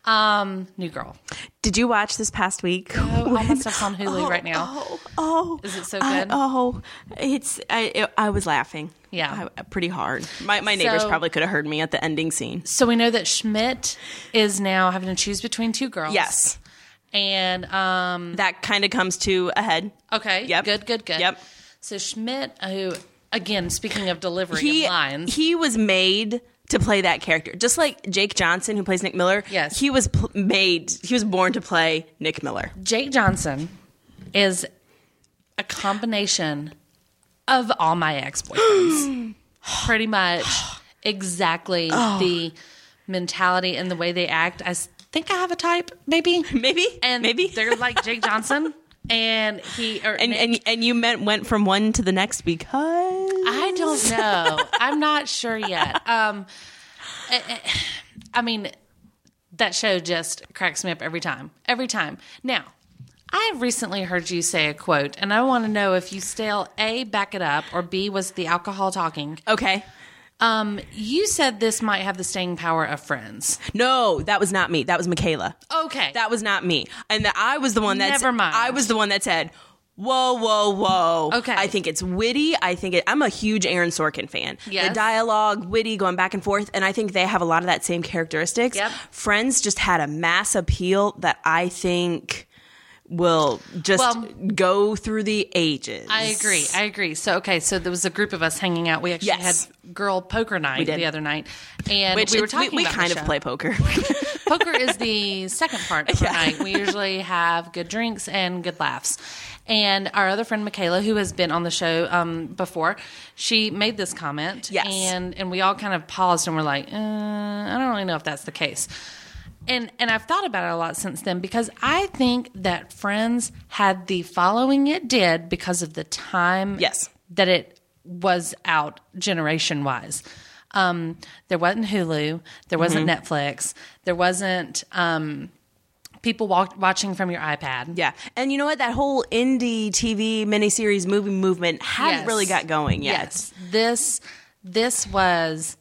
Speaker 3: Um, New Girl.
Speaker 4: yeah. Did you watch this past week?
Speaker 3: Oh, all my stuff's on Hulu right now.
Speaker 4: Oh, oh,
Speaker 3: Is it so
Speaker 4: I-
Speaker 3: good?
Speaker 4: oh, it's I. It, I was laughing.
Speaker 3: Yeah.
Speaker 4: I- uh, pretty hard. My my neighbors
Speaker 3: So-
Speaker 4: probably could have heard me at the ending scene.
Speaker 3: So we know that Schmidt is now having to choose between two girls.
Speaker 4: Yes,
Speaker 3: And um
Speaker 4: that kind of comes to a head.
Speaker 3: okay.
Speaker 4: Yep.
Speaker 3: Oh, Good, good, good.
Speaker 4: Yep.
Speaker 3: So Schmidt, who again, speaking of delivery
Speaker 4: He
Speaker 3: and lines.
Speaker 4: he was made to play that character, just like Jake Johnson, who plays Nick Miller.
Speaker 3: Yes.
Speaker 4: he was pl- made. He was born to play Nick Miller.
Speaker 3: Jake Johnson is a combination of all my ex boyfriends. Pretty much exactly
Speaker 4: Oh.
Speaker 3: the mentality and the way they act. I s- think I have a type, maybe.
Speaker 4: Maybe,
Speaker 3: And
Speaker 4: maybe.
Speaker 3: they're like Jake Johnson. And he or
Speaker 4: And, and and you meant went from one to the next because
Speaker 3: I don't know. I'm not sure yet. Um, eh, eh, I mean, that show just cracks me up every time. Every time. Now, I recently heard you say a quote, and I want to know if you still A, back it up, or B, was the alcohol talking.
Speaker 4: Okay.
Speaker 3: Um, you said this might have the staying power of friends.
Speaker 4: No, that was not me. That was Michaela.
Speaker 3: Okay.
Speaker 4: That was not me. And that I was the one that
Speaker 3: Never mind.
Speaker 4: I was the one that said, "Whoa, whoa, whoa."
Speaker 3: Okay.
Speaker 4: I think it's witty. I think it, I'm a huge Aaron Sorkin fan.
Speaker 3: Yes.
Speaker 4: The dialogue, witty, going back and forth, and I think they have a lot of that same characteristics.
Speaker 3: Yep.
Speaker 4: Friends just had a mass appeal that I think will just
Speaker 3: Well-
Speaker 4: go through the ages.
Speaker 3: I agree. I agree. So okay, so there was a group of us hanging out. We actually
Speaker 4: Yes.
Speaker 3: had girl poker night
Speaker 4: did.
Speaker 3: the other night, and
Speaker 4: Which
Speaker 3: we were
Speaker 4: it's- we,
Speaker 3: talking. about the
Speaker 4: kind of
Speaker 3: show.
Speaker 4: play poker.
Speaker 3: poker is the second part of
Speaker 4: Yeah.
Speaker 3: our night. We usually have good drinks and good laughs. And our other friend Michaela, who has been on the show um, before, she made this comment.
Speaker 4: Yes.
Speaker 3: And and we all kind of paused and were like, uh, I don't really know if that's the case. And and I've thought about it a lot since then because I think that Friends had the following it did because of the time
Speaker 4: Yes.
Speaker 3: that it was out generation wise. Um, there wasn't Hulu, there wasn't
Speaker 4: Mm-hmm.
Speaker 3: Netflix, there wasn't um, people walk- watching from your iPad.
Speaker 4: Yeah. And you know what? That whole indie TV miniseries movie movement hadn't
Speaker 3: Yes.
Speaker 4: really got going yet.
Speaker 3: Yes, this this was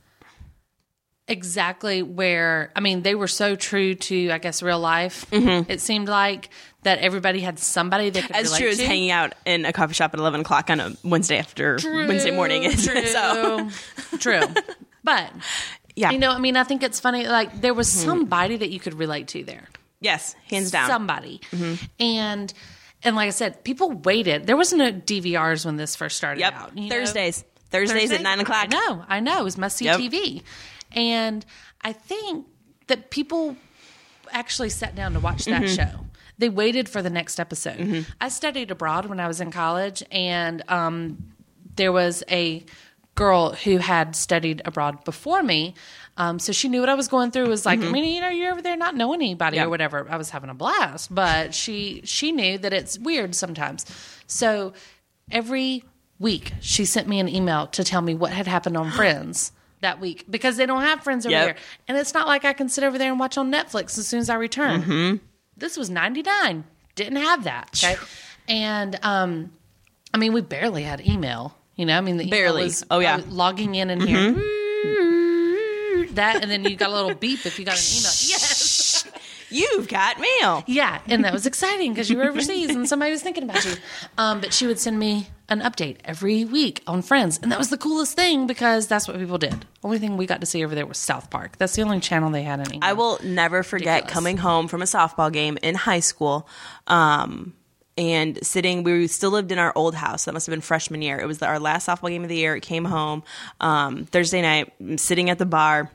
Speaker 3: exactly where I mean they were so true to I guess real life. It seemed like that everybody had somebody they could
Speaker 4: Mm-hmm. As
Speaker 3: relate
Speaker 4: true as
Speaker 3: to.
Speaker 4: hanging out in a coffee shop at 11 o'clock on a Wednesday after Wednesday morning is.
Speaker 3: True,
Speaker 4: So,
Speaker 3: true. But
Speaker 4: yeah.
Speaker 3: you know, I mean, I think it's funny. Like there was somebody that you could relate to there.
Speaker 4: yes, hands down. Mm-hmm.
Speaker 3: somebody. And and like I said, people waited. There was no DVRs when this first started
Speaker 4: yep.
Speaker 3: out. you know?
Speaker 4: Thursdays. Thursdays at 9
Speaker 3: I
Speaker 4: o'clock.
Speaker 3: know, I know. It was must see
Speaker 4: Yep.
Speaker 3: TV. And I think that people actually sat down to watch that
Speaker 4: Mm-hmm.
Speaker 3: show. They waited for the next episode. I studied abroad when I was in college, and um, there was a girl who had studied abroad before me. Um, so she knew what I was going through. It was like, I mean, you know, you're over there not knowing anybody
Speaker 4: Mm-hmm. Yeah.
Speaker 3: or whatever. I was having a blast, but she she knew that it's weird sometimes. So every week she sent me an email to tell me what had happened on Friends that week because they don't have Friends over
Speaker 4: Yep.
Speaker 3: there, and it's not like I can sit over there and watch on Netflix as soon as I return this was 99 didn't have that okay and um i mean we barely had email you know i mean the email
Speaker 4: Barely.
Speaker 3: was-
Speaker 4: Oh, yeah.
Speaker 3: I was logging in and here
Speaker 4: Mm-hmm.
Speaker 3: that and then you got a little beep if you got an email yes
Speaker 4: You've got mail.
Speaker 3: yeah and that was exciting because you were overseas and somebody was thinking about you um but she would send me an update every week on friends and that was the coolest thing because that's what people did only thing we got to see over there was south park that's the only channel they had in England.
Speaker 4: I will never forget
Speaker 3: Ridiculous.
Speaker 4: coming home from a softball game in high school. Um, and sitting, we still lived in our old house. That must have been freshman year. It was our last softball game of the year. It came home um, Thursday night, I'm sitting at the bar.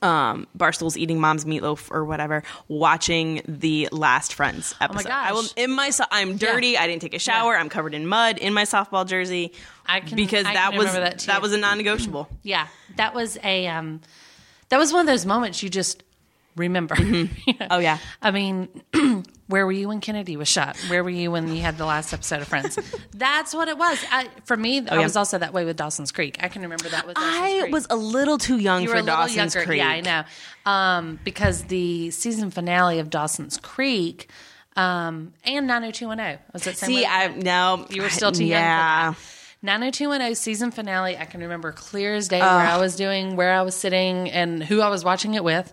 Speaker 4: Um, Barstool's eating mom's meatloaf or whatever, watching the last Friends episode. I will
Speaker 3: Oh gosh.
Speaker 4: in my so- I'm dirty. I didn't take a shower. I'm covered in mud in my softball jersey.
Speaker 3: I can-
Speaker 4: because
Speaker 3: I
Speaker 4: that
Speaker 3: can
Speaker 4: was
Speaker 3: remember that too.
Speaker 4: that was a non-negotiable.
Speaker 3: Yeah, that was a um, that was one of those moments you just remember.
Speaker 4: Oh yeah,
Speaker 3: I mean, where were you when Kennedy was shot? Where were you when you had the last episode of Friends? That's what it was. I, for me, I
Speaker 4: Oh, yeah.
Speaker 3: was also that way with Dawson's Creek. I can remember that with Dawson's
Speaker 4: I
Speaker 3: Creek.
Speaker 4: was a little too young
Speaker 3: You were
Speaker 4: for
Speaker 3: a little
Speaker 4: Dawson's
Speaker 3: younger.
Speaker 4: Creek.
Speaker 3: Yeah, I know. Um, because the season finale of Dawson's Creek um, and 90210 was that same
Speaker 4: See,
Speaker 3: way?
Speaker 4: I no,
Speaker 3: You were still too
Speaker 4: yeah.
Speaker 3: young for that. 90210 season finale. I can remember clear as day where I was doing, where I was sitting, and who I was watching it with.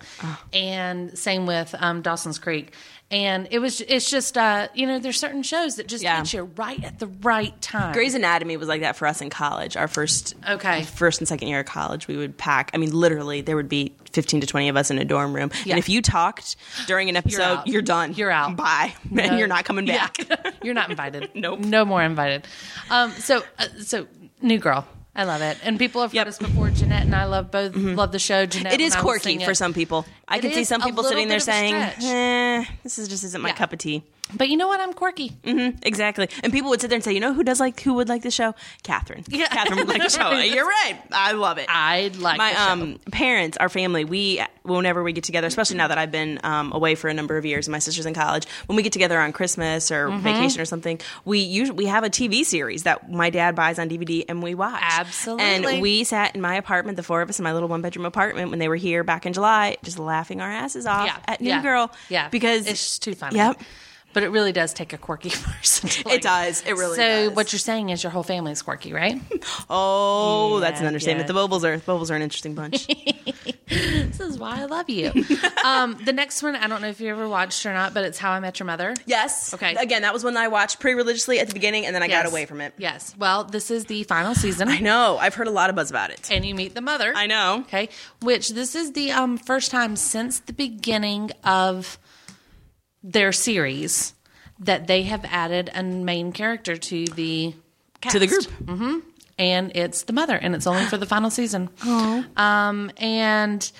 Speaker 3: And same with um, Dawson's Creek. And it was, it's just, uh, you know, there's certain shows that just
Speaker 4: Yeah.
Speaker 3: hit you right at the right time.
Speaker 4: Grey's Anatomy was like that for us in college. Our first,
Speaker 3: Okay.
Speaker 4: first and second year of college, we would pack. I mean, literally, there would be fifteen to twenty of us in a dorm room, and if you talked during an episode, you're,
Speaker 3: out.
Speaker 4: done.
Speaker 3: You're out.
Speaker 4: Bye, and you're not coming
Speaker 3: Yeah.
Speaker 4: back.
Speaker 3: You're not invited.
Speaker 4: Nope.
Speaker 3: No more invited. Um, so, uh, so new girl. I love it. And people have heard
Speaker 4: Yep. Mm-hmm.
Speaker 3: us before. Jeanette and I love both love the show. Jeanette,
Speaker 4: It is
Speaker 3: when I was
Speaker 4: quirky
Speaker 3: singing-
Speaker 4: for some people. I
Speaker 3: It
Speaker 4: can see
Speaker 3: is
Speaker 4: some
Speaker 3: a
Speaker 4: people
Speaker 3: little
Speaker 4: sitting there
Speaker 3: bit of a
Speaker 4: saying,
Speaker 3: stretch.
Speaker 4: eh, "This is just isn't my
Speaker 3: Yeah.
Speaker 4: cup of tea."
Speaker 3: But you know what? I'm quirky.
Speaker 4: Mm. Exactly. And people would sit there and say, "You know who does like who would like the show? Catherine.
Speaker 3: Yeah.
Speaker 4: Catherine would like the show. You're right. I love it.
Speaker 3: I like
Speaker 4: my
Speaker 3: the show.
Speaker 4: um parents, our family, we whenever we get together, especially now that I've been um, away for a number of years and my sister's in college, when we get together on Christmas or
Speaker 3: Mm-hmm.
Speaker 4: vacation or something, we usually we have a TV series that my dad buys on DVD and we watch.
Speaker 3: Absolutely.
Speaker 4: And we sat in my apartment, the four of us in my little one bedroom apartment when they were here back in July, just laughing our asses off at New Girl.
Speaker 3: Yeah,
Speaker 4: because
Speaker 3: it's just too funny.
Speaker 4: Yep.
Speaker 3: But it really does take a quirky person. to, like-
Speaker 4: It does. It really
Speaker 3: so
Speaker 4: does.
Speaker 3: what you're saying is your whole family's quirky, right?
Speaker 4: Oh, that's an understatement.
Speaker 3: yeah.
Speaker 4: The Bobles are the Bobles are an interesting bunch.
Speaker 3: this is why I love you. um, the next one, I don't know if you ever watched or not, but it's How I Met Your Mother.
Speaker 4: yes.
Speaker 3: Okay.
Speaker 4: Again, that was one I watched pretty religiously at the beginning, and then I got
Speaker 3: Yes.
Speaker 4: away from it.
Speaker 3: Yes. Well, this is the final season.
Speaker 4: I know. I've heard a lot of buzz about it.
Speaker 3: And you meet the mother.
Speaker 4: I know.
Speaker 3: Okay. Which this is the um, first time since the beginning of their series that they have added a main character to the cast.
Speaker 4: To the group.
Speaker 3: and it's the mother, and it's only for the final season. Um, and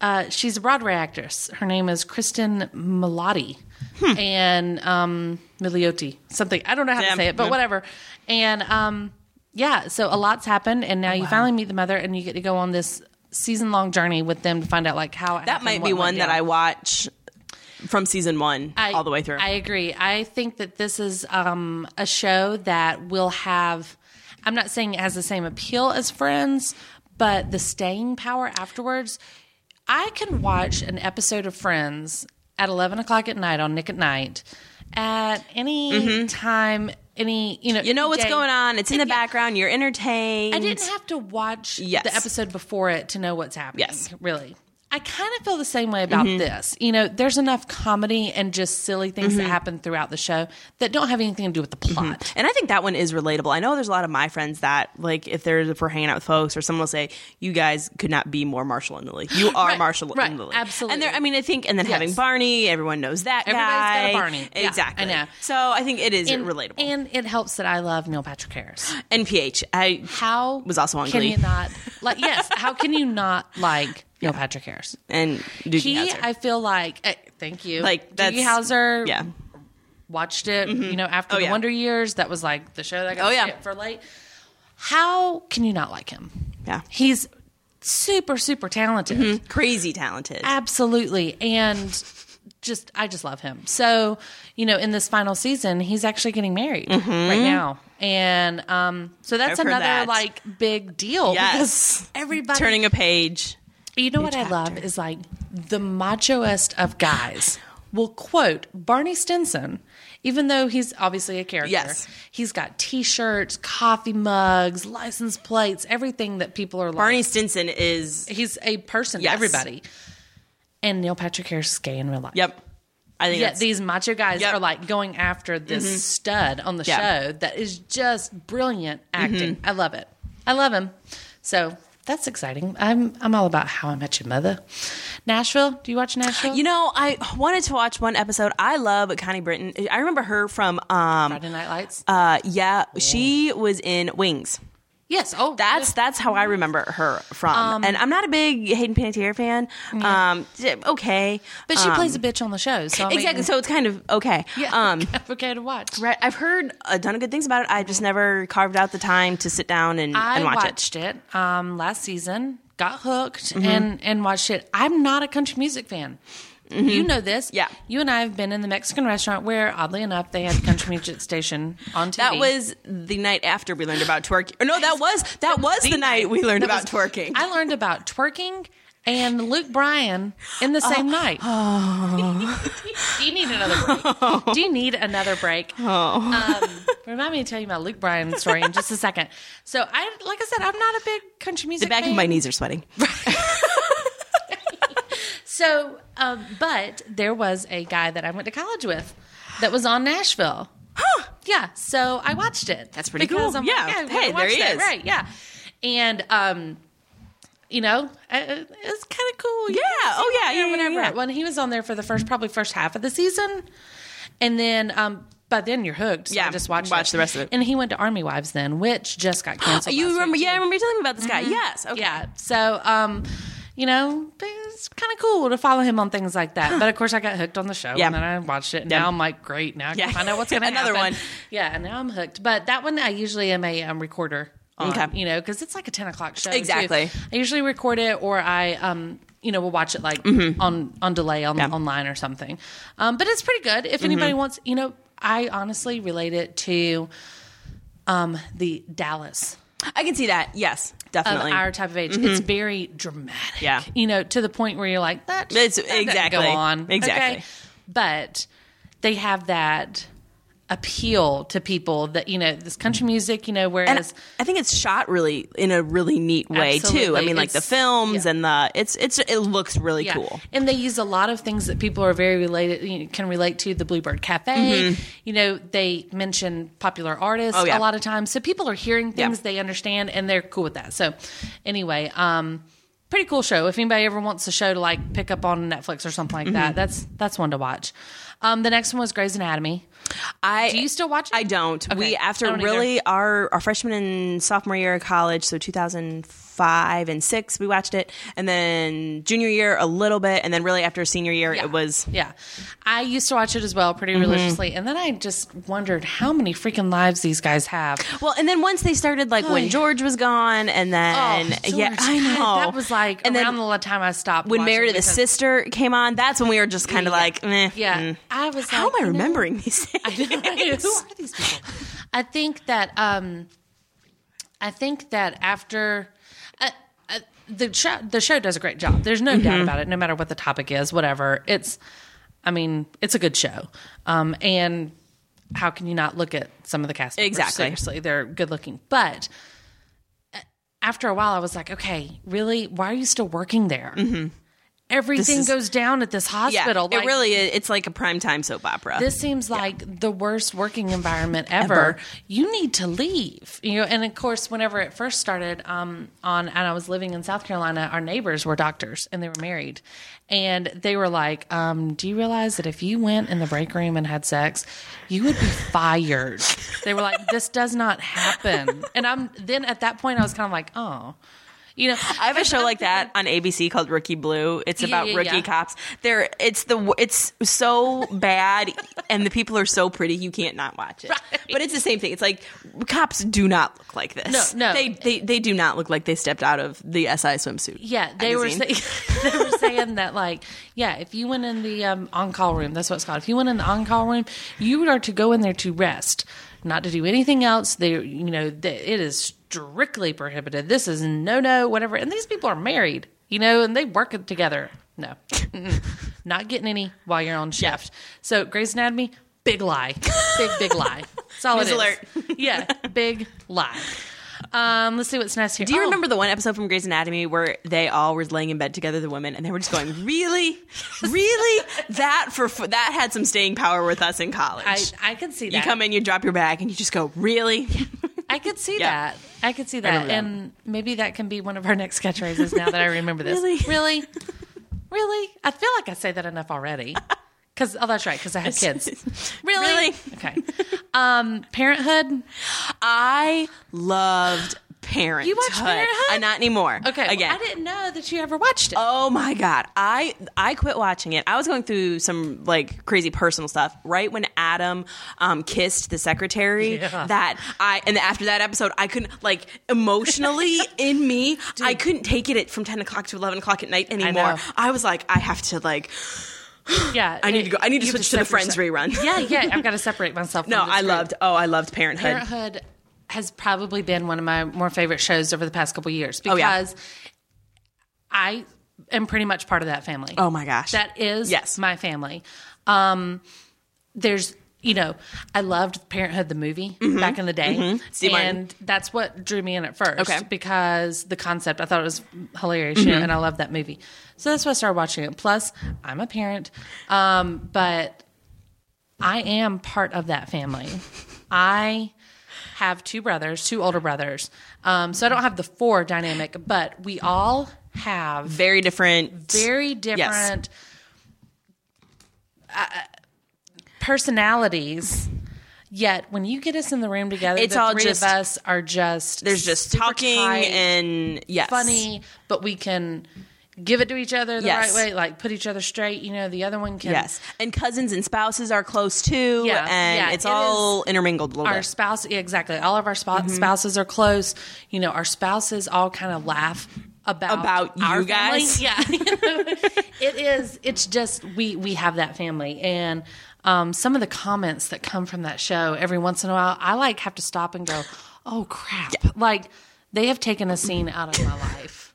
Speaker 3: uh, she's a Broadway actress. Her name is Kristen Milotti
Speaker 4: Hmm.
Speaker 3: and um, Miliotti, something I don't know how
Speaker 4: Yeah.
Speaker 3: to say it, but whatever. And um, yeah, so a lot's happened,
Speaker 4: Oh,
Speaker 3: and now you finally meet the mother, and you get to go on this season-long journey with them to find out like how it
Speaker 4: That
Speaker 3: happened,
Speaker 4: might
Speaker 3: what
Speaker 4: be
Speaker 3: went
Speaker 4: one that
Speaker 3: down.
Speaker 4: I watch from season one
Speaker 3: I-
Speaker 4: all the way through.
Speaker 3: I agree. I think that this is um, a show that will have. I'm not saying it has the same appeal as Friends, but the staying power afterwards. I can watch an episode of Friends at 11 o'clock at night on Nick at Night at any time, any you know.
Speaker 4: Mm-hmm. you know what's
Speaker 3: day.
Speaker 4: going on. It's in the background. You're entertained.
Speaker 3: I didn't have to watch
Speaker 4: Yes.
Speaker 3: the episode before it to know what's happening.
Speaker 4: Yes. Mm-hmm.
Speaker 3: Really. I kind of feel the same way about this. You know, there's enough comedy and just silly things
Speaker 4: Mm-hmm.
Speaker 3: that happen throughout the show that don't have anything to do with the plot.
Speaker 4: And I think that one is relatable. I know there's a lot of my friends that, like, if there's if we're hanging out with folks, or someone will say, "You guys could not be more Marshall and Lily. You are
Speaker 3: Right,
Speaker 4: Marshall
Speaker 3: right,
Speaker 4: and Lily."
Speaker 3: absolutely.
Speaker 4: And there, I mean, I think, and then having
Speaker 3: Yes.
Speaker 4: Barney, everyone knows that
Speaker 3: Everybody's got a
Speaker 4: guy.
Speaker 3: Barney. Yeah,
Speaker 4: Exactly.
Speaker 3: I know.
Speaker 4: So I think it is
Speaker 3: And-
Speaker 4: relatable. And,
Speaker 3: And it helps that I love Neil Patrick Harris.
Speaker 4: NPH, I
Speaker 3: How
Speaker 4: Was also on
Speaker 3: can
Speaker 4: Glee.
Speaker 3: you not like yes, how can you not like Neil Patrick Harris?
Speaker 4: and Doogie
Speaker 3: He,
Speaker 4: Howser.
Speaker 3: I feel like eh, thank you.
Speaker 4: like that's
Speaker 3: Doogie Howser,
Speaker 4: Yeah.
Speaker 3: watched it, you know, after
Speaker 4: Oh,
Speaker 3: the
Speaker 4: yeah.
Speaker 3: Wonder Years. That was like the show that I got
Speaker 4: Oh, yeah.
Speaker 3: shit for late. How can you not like him?
Speaker 4: Yeah. Mm-hmm.
Speaker 3: He's super, super talented.
Speaker 4: Crazy talented.
Speaker 3: Absolutely. And just, I just love him. So, you know, in this final season, he's actually getting married right now. And um, so that's
Speaker 4: Mm-hmm. I've heard
Speaker 3: another
Speaker 4: that.
Speaker 3: like big deal.
Speaker 4: Yes.
Speaker 3: because Everybody
Speaker 4: Turning a page.
Speaker 3: you know what I love is like the machoest of guys will quote Barney Stinson, even though he's obviously a character.
Speaker 4: Yes.
Speaker 3: He's got t shirts, coffee mugs, license plates, everything that people are like.
Speaker 4: Barney Stinson is.
Speaker 3: He's a person to
Speaker 4: Yes.
Speaker 3: everybody. And Neil Patrick Harris is gay in real life.
Speaker 4: Yep. I think
Speaker 3: Yet
Speaker 4: that's,
Speaker 3: these macho guys
Speaker 4: Yep. Mm-hmm.
Speaker 3: are like going after this stud on the
Speaker 4: Yeah.
Speaker 3: show that is just brilliant acting.
Speaker 4: Mm-hmm.
Speaker 3: I love it. I love him. So that's exciting. I'm I'm all about how I met your mother. Nashville. Do you watch Nashville?
Speaker 4: You know, I wanted to watch one episode. I love Connie Britton. I remember her from um
Speaker 3: Friday Night Lights.
Speaker 4: uh yeah, she was in Wings.
Speaker 3: yes. Oh,
Speaker 4: That's that's how I remember her from. and I'm not a big Hayden Panettiere fan. Um d- okay.
Speaker 3: But she plays a bitch on the show. So I mean,
Speaker 4: um, Exactly. So it's kind of okay.
Speaker 3: yeah,
Speaker 4: Um
Speaker 3: okay to watch.
Speaker 4: right, I've heard a ton of good things about it. I just never carved out the time to sit down and,
Speaker 3: I
Speaker 4: and watch it.
Speaker 3: watched it, um, last season. Got hooked
Speaker 4: Mm-hmm.
Speaker 3: and and watched it. I'm not a country music fan. You know this.
Speaker 4: Mm-hmm. Yeah.
Speaker 3: You and I have been in the Mexican restaurant where, oddly enough, they had country music station on TV.
Speaker 4: That was the night after we learned about twerking. Or no, that was that was the night we learned about twerking.
Speaker 3: I learned about twerking and Luke Bryan in the
Speaker 4: Oh.
Speaker 3: same night. Do you need another break? Do you need another break?
Speaker 4: Oh.
Speaker 3: Um, remind me to tell you my Luke Bryan story in just a second. So I, like I said, I'm not a big country music.
Speaker 4: the back
Speaker 3: fan.
Speaker 4: of my knees are sweating.
Speaker 3: So, um, but there was a guy that I went to college with that was on Nashville. Yeah, so I watched it.
Speaker 4: That's pretty
Speaker 3: because
Speaker 4: cool.
Speaker 3: I'm
Speaker 4: Yeah.
Speaker 3: like, yeah,
Speaker 4: Hey,
Speaker 3: hey,
Speaker 4: there
Speaker 3: there
Speaker 4: he
Speaker 3: that.
Speaker 4: is.
Speaker 3: Right, yeah, and um, you know, I- I- it's kind of cool. You
Speaker 4: Yeah.
Speaker 3: know,
Speaker 4: Oh, yeah,
Speaker 3: see him
Speaker 4: yeah, yeah,
Speaker 3: there,
Speaker 4: yeah.
Speaker 3: Whatever. When he was on there for the first, probably first half of the season, and then um, by then you're hooked. So
Speaker 4: Yeah,
Speaker 3: I just watched
Speaker 4: watch the rest of it.
Speaker 3: And he went to Army Wives then, which just got canceled.
Speaker 4: You
Speaker 3: last
Speaker 4: remember?
Speaker 3: week,
Speaker 4: Yeah, I
Speaker 3: too.
Speaker 4: remember you telling me about this guy. Yes. Okay.
Speaker 3: Mm-hmm. Yeah. So, um, you know, it's kind of cool to follow him on things like that. But of course, I got hooked on the show,
Speaker 4: Yeah.
Speaker 3: and then I watched it. And
Speaker 4: Yeah.
Speaker 3: Now I'm like, great. Now I can
Speaker 4: Yeah.
Speaker 3: find out what's going to
Speaker 4: Another
Speaker 3: happen.
Speaker 4: one.
Speaker 3: Yeah. And now I'm hooked. But that one, I usually am a um, recorder. On,
Speaker 4: Okay.
Speaker 3: You know, because it's like a ten o'clock show. too.
Speaker 4: Exactly.
Speaker 3: I usually record it, or I, um, you know, will watch it like
Speaker 4: Mm-hmm.
Speaker 3: on on delay on online or something. Um, but it's pretty good. If anybody
Speaker 4: Mm-hmm.
Speaker 3: wants, you know, I honestly relate it to. Um, the Dallas
Speaker 4: I can see that. Yes,
Speaker 3: of
Speaker 4: definitely. Mm-hmm.
Speaker 3: our type of age. It's very dramatic.
Speaker 4: Yeah.
Speaker 3: You know, to the point where you're like, that,
Speaker 4: It's-
Speaker 3: that doesn't
Speaker 4: exactly.
Speaker 3: go on.
Speaker 4: Exactly.
Speaker 3: But they have that appeal to people that you know this country music. You know,
Speaker 4: and
Speaker 3: whereas
Speaker 4: I think it's shot really in a really neat way too. I
Speaker 3: Absolutely.
Speaker 4: mean, like the
Speaker 3: It's-
Speaker 4: films
Speaker 3: yeah.
Speaker 4: and the it's it's it looks really cool.
Speaker 3: And they use a lot of things that people are very related you know, can relate to the Bluebird Cafe. You know, they mention popular artists
Speaker 4: Mm-hmm. Oh, yeah.
Speaker 3: a lot of times, so people are hearing
Speaker 4: Yeah.
Speaker 3: things they understand and they're cool with that. So, anyway, um, pretty cool show. If anybody ever wants a show to like pick up on Netflix or something like
Speaker 4: Mm-hmm.
Speaker 3: that, that's that's one to watch. Um, the next one was Grey's Anatomy.
Speaker 4: I
Speaker 3: Do you still watch it?
Speaker 4: I don't.
Speaker 3: Okay.
Speaker 4: We after
Speaker 3: I don't either.
Speaker 4: really our our freshman and sophomore year of college, so 2005 and 6 we watched it and then junior year a little bit and then really after senior year
Speaker 3: Yeah.
Speaker 4: it was Mm-hmm.
Speaker 3: Yeah. I used to watch it as well pretty religiously. And then I just wondered how many freaking lives these guys have.
Speaker 4: Well, and then once they started like when
Speaker 3: yeah.
Speaker 4: George was gone and then
Speaker 3: Oh, George,
Speaker 4: yeah, I know.
Speaker 3: God, that was like
Speaker 4: and
Speaker 3: around
Speaker 4: then
Speaker 3: the time I stopped
Speaker 4: when
Speaker 3: watching
Speaker 4: Married to the
Speaker 3: because-
Speaker 4: Sister came on, that's when we were just kind of like, meh,
Speaker 3: Yeah,
Speaker 4: mm.
Speaker 3: I was.
Speaker 4: How
Speaker 3: like,
Speaker 4: am I
Speaker 3: you know,
Speaker 4: remembering these things?
Speaker 3: Who are these people? I think that um, I think that after uh, uh, the show, the show does a great job. There's no
Speaker 4: Mm-hmm.
Speaker 3: doubt about it. No matter what the topic is, whatever it's, I mean, it's a good show. Um, and how can you not look at some of the cast? members?
Speaker 4: Exactly.
Speaker 3: Seriously, they're good looking, but. uh, After a while, I was like, "Okay, really? Why are you still working there? Everything
Speaker 4: Mm-hmm. is-
Speaker 3: goes down at this
Speaker 4: Yeah,
Speaker 3: hospital.
Speaker 4: it
Speaker 3: Like,
Speaker 4: really is, it's like a primetime soap opera.
Speaker 3: this seems like the worst working environment ever.
Speaker 4: Ever.
Speaker 3: You need to leave. You know, and of course, whenever it first started, um, on and I was living in South Carolina, our neighbors were doctors and they were married, and they were like, um, "Do you realize that if you went in the break room and had sex, you would be fired?" they were like, "This does not happen." And I'm then at that point, I was kind of like, "Oh." You know,
Speaker 4: I have a show like that on ABC called Rookie Blue. It's
Speaker 3: Yeah,
Speaker 4: about
Speaker 3: yeah,
Speaker 4: rookie
Speaker 3: yeah.
Speaker 4: cops. They're it's the w- it's so bad, and the people are so pretty you can't not watch it. But it's the same thing. It's like cops do not look like this.
Speaker 3: No, no.
Speaker 4: they they, they do not look like they stepped out of the SI swimsuit.
Speaker 3: Yeah, they were
Speaker 4: magazine.
Speaker 3: say- they were saying that like, yeah, if you went in the um, on call room, that's what it's called. If you went in the on call room, you are to go in there to rest, not to do anything else. They, you know, th it is strictly prohibited. This is no no whatever. And these people are married, you know, and they work it together. No, Mm-mm. not getting any while you're on shift. So Grey's Anatomy, big lie, big big lie. That's all it
Speaker 4: News
Speaker 3: is.
Speaker 4: alert.
Speaker 3: Yeah, big lie. Um, let's see what's next here.
Speaker 4: Do you remember the one episode from Grey's Anatomy where they all were laying in bed together, the women, and they were just going, "Really, really? That for for- that had some staying power with us in college."
Speaker 3: I, I can see that.
Speaker 4: you come in, you drop your bag, and you just go, "Really?"
Speaker 3: I could see
Speaker 4: Yeah.
Speaker 3: that. I could see that.
Speaker 4: remember that.
Speaker 3: And maybe that can be one of our next catchphrases now that I remember this.
Speaker 4: Really?
Speaker 3: Really? Really? I feel like I say that enough already. Cause oh that's right, because I have kids. Really?
Speaker 4: Really?
Speaker 3: Okay. Um Parenthood.
Speaker 4: I loved Parenthood.
Speaker 3: You watched Parenthood?
Speaker 4: Uh, not anymore.
Speaker 3: Okay. well,
Speaker 4: Again.
Speaker 3: I didn't know that you ever watched it.
Speaker 4: Oh my god. I I quit watching it. I was going through some like crazy personal stuff right when Adam um, kissed the secretary that I and after that episode I couldn't like emotionally in me I couldn't take it at, from 10 o'clock to 11 o'clock at night anymore.
Speaker 3: know.
Speaker 4: I, was like I have to like
Speaker 3: yeah.
Speaker 4: Oh, I need to go I need to
Speaker 3: you have
Speaker 4: switch to the
Speaker 3: separate
Speaker 4: Friends rerun.
Speaker 3: yourself- Yeah, yeah. I've got to separate myself
Speaker 4: No,
Speaker 3: from this
Speaker 4: I
Speaker 3: group.
Speaker 4: loved. Oh, I loved Parenthood.
Speaker 3: Parenthood has probably been one of my more favorite shows over the past couple years because
Speaker 4: Oh, yeah.
Speaker 3: I am pretty much part of that family.
Speaker 4: Oh my gosh.
Speaker 3: That is
Speaker 4: Yes.
Speaker 3: my family. Um, there's, you know, I loved Parenthood the movie
Speaker 4: Mm-hmm.
Speaker 3: back in the day,
Speaker 4: Steve Martin.
Speaker 3: and that's what drew me in at first.
Speaker 4: Okay. Mm-hmm.
Speaker 3: because the concept I thought it was hilarious, you know, and I loved that movie. So that's why I started watching it. Plus, I'm a parent, um, but I am part of that family. I have two brothers, two older brothers, um, so I don't have the four dynamic, but we all have
Speaker 4: very different.
Speaker 3: very different uh, personalities. Yet when you get us in the room together,
Speaker 4: It's
Speaker 3: the
Speaker 4: all
Speaker 3: three
Speaker 4: just-
Speaker 3: of us are just
Speaker 4: there's just
Speaker 3: super
Speaker 4: talking
Speaker 3: tight,
Speaker 4: and yes.
Speaker 3: funny, but we can give it to each other the
Speaker 4: Yes.
Speaker 3: right way, like put each other straight. You know, the other one can
Speaker 4: Yes, and cousins and spouses are close too,
Speaker 3: Yeah,
Speaker 4: and
Speaker 3: yeah,
Speaker 4: it's
Speaker 3: it
Speaker 4: all intermingled a little
Speaker 3: our
Speaker 4: bit.
Speaker 3: spouse yeah, exactly all of our spou-
Speaker 4: Mm-hmm.
Speaker 3: spouses are close you know our spouses all kind of laugh about
Speaker 4: About you
Speaker 3: our family.
Speaker 4: guys?
Speaker 3: yeah it is it's just we we have that family and um, some of the comments that come from that show every once in a while i like have to stop and go oh crap like they have taken a scene out of my life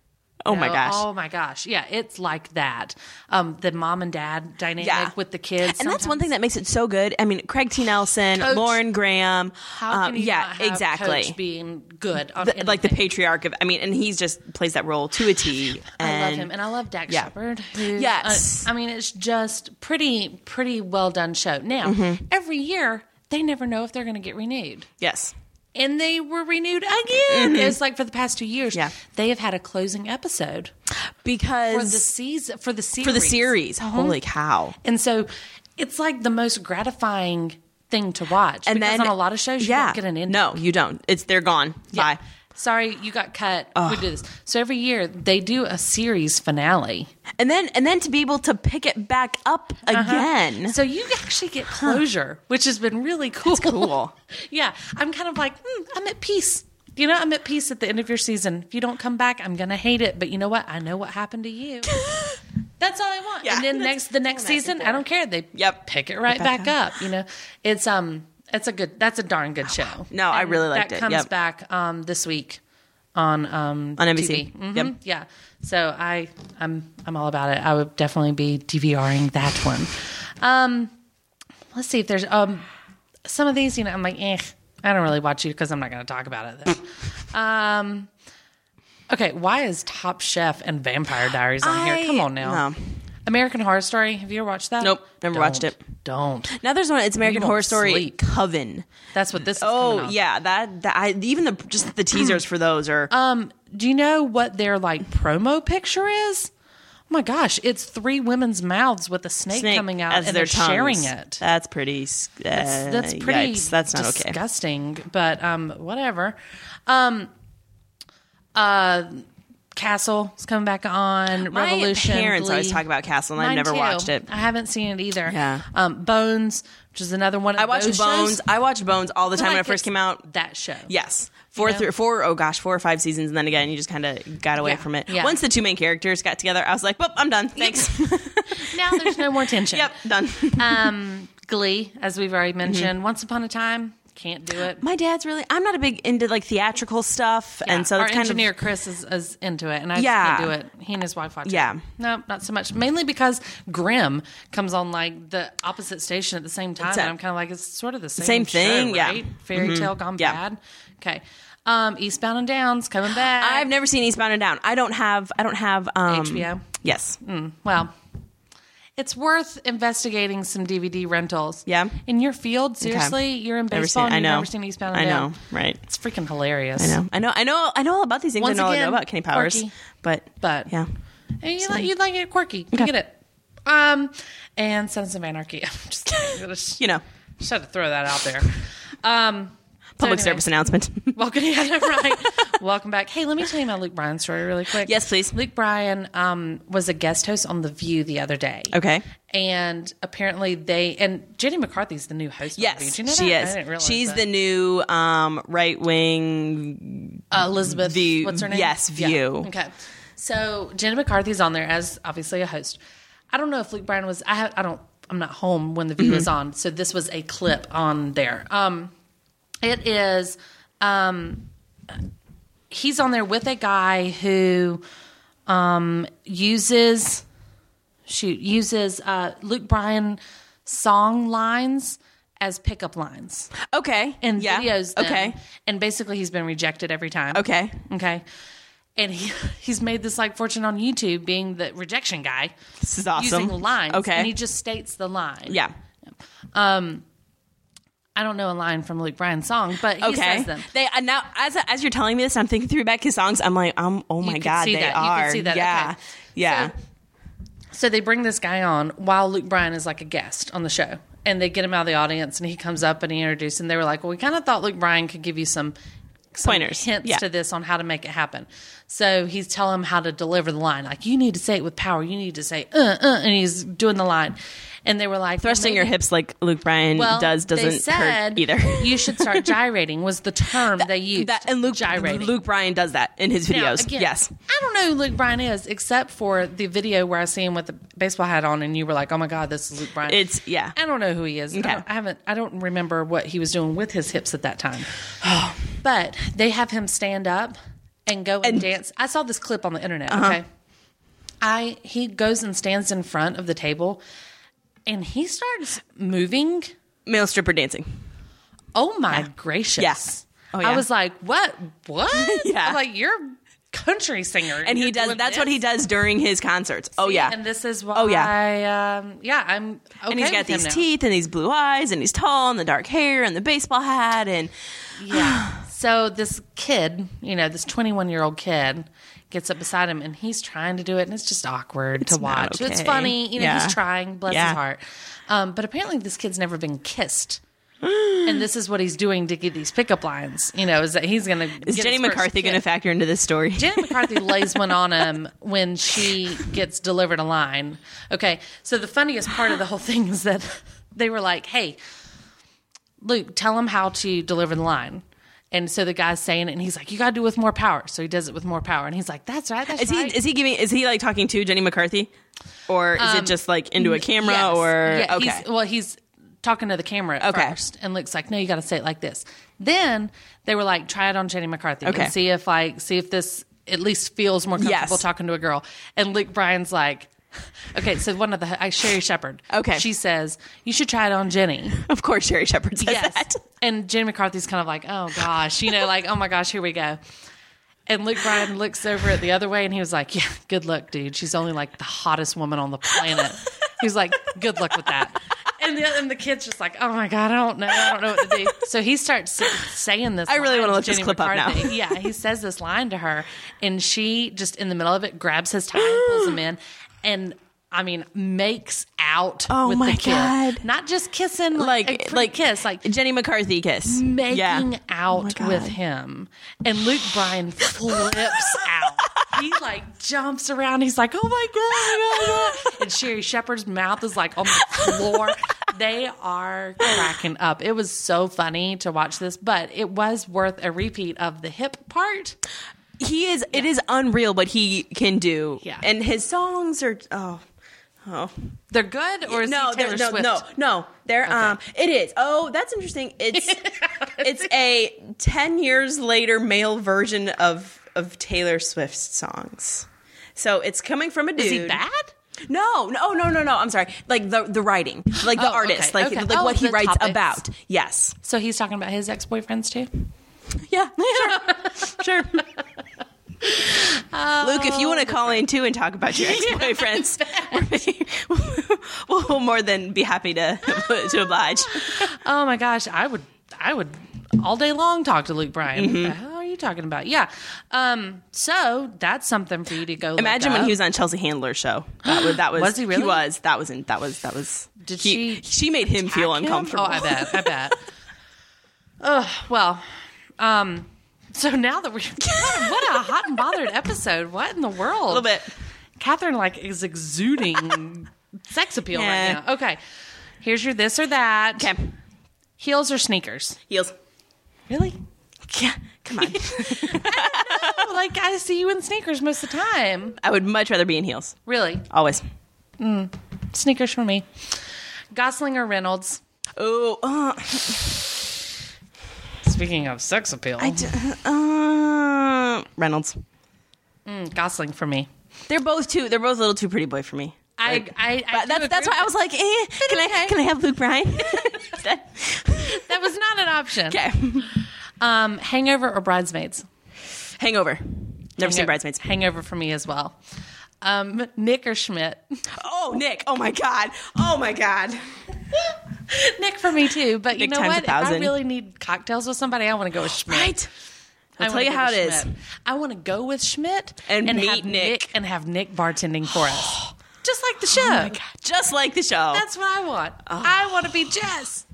Speaker 4: Oh my
Speaker 3: know?
Speaker 4: gosh.
Speaker 3: Oh my gosh. Yeah, it's like that. Um, the mom and dad dynamic
Speaker 4: Yeah.
Speaker 3: with the kids.
Speaker 4: And that's one
Speaker 3: sometimes.
Speaker 4: thing that makes it so good. I mean, Craig T. Nelson,
Speaker 3: Coach.
Speaker 4: Lauren Graham.
Speaker 3: How can
Speaker 4: um,
Speaker 3: you
Speaker 4: yeah,
Speaker 3: not have
Speaker 4: exactly.
Speaker 3: Coach being good on
Speaker 4: The- like the
Speaker 3: anything?
Speaker 4: patriarch of, I mean, and he's just plays that role to a T.
Speaker 3: I
Speaker 4: And
Speaker 3: love him, and I love Dak
Speaker 4: yeah.
Speaker 3: Shepard. who's-
Speaker 4: Yes.
Speaker 3: uh, I mean it's just pretty, pretty well done show. Now,
Speaker 4: Mm-hmm.
Speaker 3: every year they never know if they're going to get renewed,
Speaker 4: Yes.
Speaker 3: and they were renewed again. It's like for the past two years,
Speaker 4: Mm-hmm. Yeah.
Speaker 3: they have had a closing episode
Speaker 4: Because
Speaker 3: for the season for the series Uh-huh.
Speaker 4: for the series. Holy cow.
Speaker 3: and so it's like the most gratifying thing to watch.
Speaker 4: And
Speaker 3: because
Speaker 4: then
Speaker 3: on a lot of shows, you
Speaker 4: yeah,
Speaker 3: don't get an ending.
Speaker 4: No, you don't. It's they're gone.
Speaker 3: Yeah.
Speaker 4: Bye.
Speaker 3: Sorry, you got cut. We do this. So every year they do a series finale.
Speaker 4: And then and then to be able to pick it back up again.
Speaker 3: Uh-huh. So you actually get closure, which has been really cool.
Speaker 4: cool.
Speaker 3: yeah. I'm kind of like, mm, I'm at peace. You know, I'm at peace at the end of your season. If you don't come back, I'm gonna hate it. But you know what? I know what happened to you. That's all I want.
Speaker 4: Yeah.
Speaker 3: and then
Speaker 4: That's
Speaker 3: next the next
Speaker 4: all I'm asking
Speaker 3: season,
Speaker 4: for.
Speaker 3: I don't care. They
Speaker 4: Yep.
Speaker 3: pick it right
Speaker 4: Back
Speaker 3: back, up. You know, it's um, it's a good. That's a darn good show.
Speaker 4: Oh, No, I
Speaker 3: And
Speaker 4: really liked
Speaker 3: that
Speaker 4: it.
Speaker 3: Comes
Speaker 4: Yep.
Speaker 3: back um this week on um
Speaker 4: On NBC.
Speaker 3: TV. Mhm.
Speaker 4: Yep.
Speaker 3: Yeah. So I I'm I'm all about it. I would definitely be DVRing that one. Um, let's see if there's um some of these. You know, I'm like, eh, I don't really watch you because I'm not going to talk about it. Then. um. Okay, why is Top Chef and Vampire Diaries on
Speaker 4: I-
Speaker 3: here? Come on now.
Speaker 4: no.
Speaker 3: American Horror Story. Have you ever watched that?
Speaker 4: Nope, never watched
Speaker 3: Don't. Don't.
Speaker 4: Now there's one. It's American
Speaker 3: don't
Speaker 4: Horror Story
Speaker 3: sleep.
Speaker 4: Coven.
Speaker 3: That's what this. is coming
Speaker 4: Oh
Speaker 3: off.
Speaker 4: yeah, that, that I, even the just the teasers for those are
Speaker 3: Um, Do you know what their like promo picture is? Oh my gosh, it's three women's mouths with a snake,
Speaker 4: snake
Speaker 3: coming out
Speaker 4: as
Speaker 3: and
Speaker 4: their
Speaker 3: they're sharing
Speaker 4: tongues.
Speaker 3: it.
Speaker 4: That's pretty. s- Uh,
Speaker 3: That's- that's pretty
Speaker 4: yikes, that's not okay.
Speaker 3: disgusting, but um, whatever. Um, uh, Castle is coming back on.
Speaker 4: My
Speaker 3: Revolution.
Speaker 4: parents
Speaker 3: Glee.
Speaker 4: always talk about Castle, and I've
Speaker 3: Mine
Speaker 4: never
Speaker 3: too.
Speaker 4: watched it.
Speaker 3: I haven't seen it either.
Speaker 4: Yeah.
Speaker 3: Um, Bones, which is another one. Of
Speaker 4: I watched
Speaker 3: those
Speaker 4: Bones.
Speaker 3: shows.
Speaker 4: I watched Bones all the time when
Speaker 3: Like,
Speaker 4: it first
Speaker 3: it's
Speaker 4: came out.
Speaker 3: That show.
Speaker 4: Yes. Four,
Speaker 3: You know?
Speaker 4: through, four, oh gosh, four or five seasons, and then again, you just kind of got away
Speaker 3: Yeah,
Speaker 4: from it.
Speaker 3: yeah.
Speaker 4: Once the two main characters got together, I was like, "Well, I'm done. Thanks. Yep,
Speaker 3: Now there's no more tension.
Speaker 4: done."
Speaker 3: Um, Glee, as we've
Speaker 4: Mm-hmm.
Speaker 3: already mentioned. Once upon a time, can't do it.
Speaker 4: My dad's really. I'm not a big into like theatrical stuff, and so
Speaker 3: our
Speaker 4: it's kind
Speaker 3: engineer
Speaker 4: of
Speaker 3: Chris is, is into it, and I
Speaker 4: Yeah.
Speaker 3: just can't do it. He and his wife watch it.
Speaker 4: Yeah.
Speaker 3: no, not so much. Mainly because Grimm comes on like the opposite station at the same time,
Speaker 4: a-
Speaker 3: and I'm kind of like it's sort of the same,
Speaker 4: Same thing,
Speaker 3: show,
Speaker 4: yeah. Mm-hmm.
Speaker 3: right? Fairy tale gone
Speaker 4: Yeah.
Speaker 3: bad. Okay, um, Eastbound and Down's coming back.
Speaker 4: I've never seen Eastbound and Down. I don't have. I don't have um,
Speaker 3: HBO.
Speaker 4: Yes. Mm,
Speaker 3: well. It's worth investigating some DVD rentals.
Speaker 4: Yeah.
Speaker 3: in your field, seriously, you're in
Speaker 4: Never seen.
Speaker 3: baseball. and
Speaker 4: I
Speaker 3: you've
Speaker 4: know.
Speaker 3: Never seen Eastbound and
Speaker 4: I know.
Speaker 3: Down.
Speaker 4: Right.
Speaker 3: It's freaking hilarious.
Speaker 4: I know. I know. I know. I know all about these things.
Speaker 3: Once
Speaker 4: I know all I
Speaker 3: again,
Speaker 4: know about Kenny Powers,
Speaker 3: quirky.
Speaker 4: but
Speaker 3: But-
Speaker 4: yeah.
Speaker 3: And you like you like it quirky. You get it. Um, and Sons of Anarchy. I'm just, I'm gonna sh-
Speaker 4: You know,
Speaker 3: just had to throw that out there. Um,
Speaker 4: public
Speaker 3: anyway.
Speaker 4: service announcement.
Speaker 3: welcome, yeah, right. welcome back. Hey, let me tell you my Luke Bryan story really quick.
Speaker 4: Yes, please.
Speaker 3: Luke Bryan um, was a guest host on The View the other day.
Speaker 4: okay.
Speaker 3: And apparently they and Jenny McCarthy's the new host. on The View.
Speaker 4: Yes,
Speaker 3: Did you know
Speaker 4: she
Speaker 3: that?
Speaker 4: is.
Speaker 3: I didn't realize
Speaker 4: She's
Speaker 3: that.
Speaker 4: the new um, right wing.
Speaker 3: uh, Elizabeth.
Speaker 4: View-
Speaker 3: What's her name?
Speaker 4: yes,
Speaker 3: Yeah.
Speaker 4: View.
Speaker 3: Okay. So Jenna McCarthy's on there as obviously a host. I don't know if Luke Bryan was. I have. I don't. I'm not home when the
Speaker 4: Mm-hmm.
Speaker 3: View is on. So this was a clip on there. Um, it is. Um, he's on there with a guy who um uses shoot uses uh Luke Bryan song lines as pickup lines
Speaker 4: Okay.
Speaker 3: and
Speaker 4: yeah.
Speaker 3: videos them.
Speaker 4: Okay.
Speaker 3: And basically, he's been rejected every time.
Speaker 4: Okay.
Speaker 3: Okay. And he, he's made this like fortune on YouTube being the rejection guy.
Speaker 4: This is awesome.
Speaker 3: Using lines.
Speaker 4: Okay.
Speaker 3: And he just states the line.
Speaker 4: yeah.
Speaker 3: I don't know a line from Luke Bryan's song, but he
Speaker 4: Okay.
Speaker 3: says them.
Speaker 4: They and now as as you're telling me this, I'm thinking through back his songs. I'm like, um, oh my
Speaker 3: could
Speaker 4: god,
Speaker 3: see
Speaker 4: they
Speaker 3: that. You could
Speaker 4: are.
Speaker 3: see that.
Speaker 4: Yeah.
Speaker 3: Okay.
Speaker 4: Yeah.
Speaker 3: So- So they bring this guy on while Luke Bryan is like a guest on the show. And they get him out of the audience and he comes up and he introduced and they were like, Well, we kind of thought Luke Bryan could give you some, some
Speaker 4: Pointers.
Speaker 3: hints
Speaker 4: Yeah.
Speaker 3: to this on how to make it happen. So he's telling him how to deliver the line. Like, you need to say it with power. You need to say, uh, uh, and he's doing the line. And they were like, well,
Speaker 4: Thrusting your
Speaker 3: maybe-
Speaker 4: hips like Luke Bryan
Speaker 3: well,
Speaker 4: does
Speaker 3: they
Speaker 4: doesn't
Speaker 3: said
Speaker 4: hurt either.
Speaker 3: you should start gyrating was the term they used.
Speaker 4: That, and Luke
Speaker 3: gyrating.
Speaker 4: Luke Bryan does that in his
Speaker 3: Now,
Speaker 4: videos.
Speaker 3: again,
Speaker 4: yes.
Speaker 3: I don't know who Luke Bryan is, except for the video where I see him with the baseball hat on, and you were like, "Oh my god, this is Luke Bryan."
Speaker 4: It's- yeah.
Speaker 3: I don't know who he is.
Speaker 4: Okay.
Speaker 3: I, don't, I haven't. I don't
Speaker 4: Oh.
Speaker 3: remember what he was doing with his hips at that time. but they have him stand up. and go and, dance. I saw this clip on the internet.
Speaker 4: Uh-huh.
Speaker 3: Okay. I he goes and stands in front of the table and he starts moving.
Speaker 4: Male stripper dancing.
Speaker 3: Oh my gracious.
Speaker 4: Yes. Oh,
Speaker 3: I
Speaker 4: yeah.
Speaker 3: was like, what? What?
Speaker 4: Yeah.
Speaker 3: I'm like, you're a country singer.
Speaker 4: And he
Speaker 3: You're
Speaker 4: does.
Speaker 3: doing
Speaker 4: That's what
Speaker 3: this.
Speaker 4: he does during his concerts. Oh yeah.
Speaker 3: And this is why
Speaker 4: Oh, yeah.
Speaker 3: I, um, yeah, I'm okay.
Speaker 4: and he's got
Speaker 3: with him
Speaker 4: these
Speaker 3: now.
Speaker 4: teeth and these blue eyes and he's tall and the dark hair and the baseball hat and
Speaker 3: Yeah. So this kid, you know, this 21 year old kid gets up beside him and he's trying to do it and it's just awkward to
Speaker 4: not
Speaker 3: watch. It's
Speaker 4: okay.
Speaker 3: funny. You know,
Speaker 4: Yeah.
Speaker 3: he's trying, bless
Speaker 4: Yeah.
Speaker 3: his heart. Um, but apparently this kid's never been kissed. and this is what he's doing to get these pickup lines, you know, is that he's going to.
Speaker 4: is Jenny McCarthy going to factor into this story?
Speaker 3: Janet McCarthy lays one on him when she gets delivered a line. Okay, so the funniest part of the whole thing is that they were like, "Hey, Luke, tell him how to deliver the line." And so the guy's saying it, and he's like, "You gotta do it with more power." So he does it with more power, and he's like, "That's right, that's
Speaker 4: Is
Speaker 3: right."
Speaker 4: he is he giving is he like talking to Jenny McCarthy, or is it just like into a camera
Speaker 3: Um, Yes.
Speaker 4: or
Speaker 3: Yeah,
Speaker 4: okay?
Speaker 3: he's- well, he's talking to the camera at
Speaker 4: Okay.
Speaker 3: first, and Luke's like, "No, you got to say it like this." Then they were like, "Try it on Jenny McCarthy
Speaker 4: Okay.
Speaker 3: and see if like see if this at least feels more comfortable
Speaker 4: Yes.
Speaker 3: talking to a girl." And Luke Bryan's like. Okay, so one of the I Sherry Shepherd.
Speaker 4: Okay.
Speaker 3: she says you should try it on Jenny.
Speaker 4: of course, Sherry Shepherd says that.
Speaker 3: and Jenny McCarthy's kind of like, oh gosh, you know, like oh my gosh, here we go. And Luke Bryan looks over at the other way, and he was like, yeah, good luck, dude. She's only like the hottest woman on the planet. He was like, good luck with that. And the, and the kid's just like, oh my god, I don't know, I don't know what to do. So he starts s- saying this.
Speaker 4: I really
Speaker 3: line
Speaker 4: wanna look this
Speaker 3: Jenny
Speaker 4: clip up now.
Speaker 3: McCarthy. yeah, he says this line to her, and she just in the middle of it grabs his tie and pulls him in, and. I mean, makes out
Speaker 4: Oh
Speaker 3: with
Speaker 4: my
Speaker 3: the kid.
Speaker 4: God.
Speaker 3: Not just kissing, like a
Speaker 4: Like
Speaker 3: free
Speaker 4: like
Speaker 3: kiss, like
Speaker 4: Jenny McCarthy kiss
Speaker 3: making
Speaker 4: Yeah.
Speaker 3: out
Speaker 4: Oh God.
Speaker 3: with him. And Luke Bryan flips out. He like jumps around. He's like, oh my God, oh my God. And Sherry Shepard's mouth is like on the floor. They are cracking up. It was so funny to watch this, but it was worth a repeat of the hip part.
Speaker 4: He is. It is unreal what he can do.
Speaker 3: Yeah.
Speaker 4: and his songs are oh. Oh
Speaker 3: They're good, or is
Speaker 4: no!
Speaker 3: he Taylor
Speaker 4: they're- No,
Speaker 3: Swift?
Speaker 4: no, no! They're um. It is. Oh, that's interesting. It's it's a ten years later male version of of Taylor Swift's songs. So it's coming from a dude.
Speaker 3: Is he bad?
Speaker 4: No, no, no, no, no. I'm sorry. Like the the writing, like the
Speaker 3: Oh,
Speaker 4: artist,
Speaker 3: okay,
Speaker 4: like
Speaker 3: okay.
Speaker 4: like
Speaker 3: Oh,
Speaker 4: what he
Speaker 3: the
Speaker 4: writes
Speaker 3: topics.
Speaker 4: about. Yes.
Speaker 3: So he's talking about his ex boyfriends too?
Speaker 4: Yeah. Sure. sure. Luke, if you want to call in too and talk about your ex-boyfriends, we're- we'll, we'll more than be happy to to oblige.
Speaker 3: Oh my gosh, I would, I would all day long talk to Luke Bryan. What
Speaker 4: Mm-hmm.
Speaker 3: the hell are you talking about? Yeah. Um. So that's something for you to go. look
Speaker 4: Imagine when
Speaker 3: up.
Speaker 4: he was on Chelsea Handler's show. That was, that was,
Speaker 3: Was he really?
Speaker 4: was. That was. in- That was. That was.
Speaker 3: Did
Speaker 4: he-
Speaker 3: she
Speaker 4: She made him feel
Speaker 3: Attack him?
Speaker 4: uncomfortable.
Speaker 3: Oh, I bet. I bet. Oh well. Um. So now that we're what, a- what a hot and bothered episode. What in the world?
Speaker 4: A little bit.
Speaker 3: Catherine like is exuding sex appeal right
Speaker 4: Yeah.
Speaker 3: now. Okay. Here's your this or that.
Speaker 4: Okay.
Speaker 3: Heels or sneakers?
Speaker 4: Heels.
Speaker 3: Really?
Speaker 4: Yeah. Come on.
Speaker 3: Oh, like I see you in sneakers most of the time.
Speaker 4: I would much rather be in heels.
Speaker 3: Really?
Speaker 4: Always.
Speaker 3: Sneakers for me. Gosling or Reynolds?
Speaker 4: Oh. Uh,
Speaker 3: Speaking of sex appeal,
Speaker 4: uh, Reynolds.
Speaker 3: Gosling for me.
Speaker 4: They're both too. They're both a little too pretty boy for me.
Speaker 3: I, I, I
Speaker 4: But that's that's why I was like, eh, can I can I have Luke Bryan? That-
Speaker 3: that was not an option.
Speaker 4: okay.
Speaker 3: Um, Hangover or Bridesmaids?
Speaker 4: Hangover. Never seen
Speaker 3: Hango-
Speaker 4: Bridesmaids.
Speaker 3: Hangover for me as well. Um, Nick or Schmidt?
Speaker 4: Oh, Nick. Oh my God. Oh my God.
Speaker 3: Nick for me too. But you
Speaker 4: Nick
Speaker 3: know
Speaker 4: times a
Speaker 3: what? If I
Speaker 4: thousand.
Speaker 3: really need cocktails with somebody, I want to go with Schmidt.
Speaker 4: Right.
Speaker 3: I'll
Speaker 4: tell you how it is.
Speaker 3: I want to go with Schmidt
Speaker 4: And meet
Speaker 3: have
Speaker 4: Nick. Oh
Speaker 3: and have Nick bartending for us, just like the show.
Speaker 4: Just like the show.
Speaker 3: That's what I want.
Speaker 4: Oh.
Speaker 3: I want to be Jess.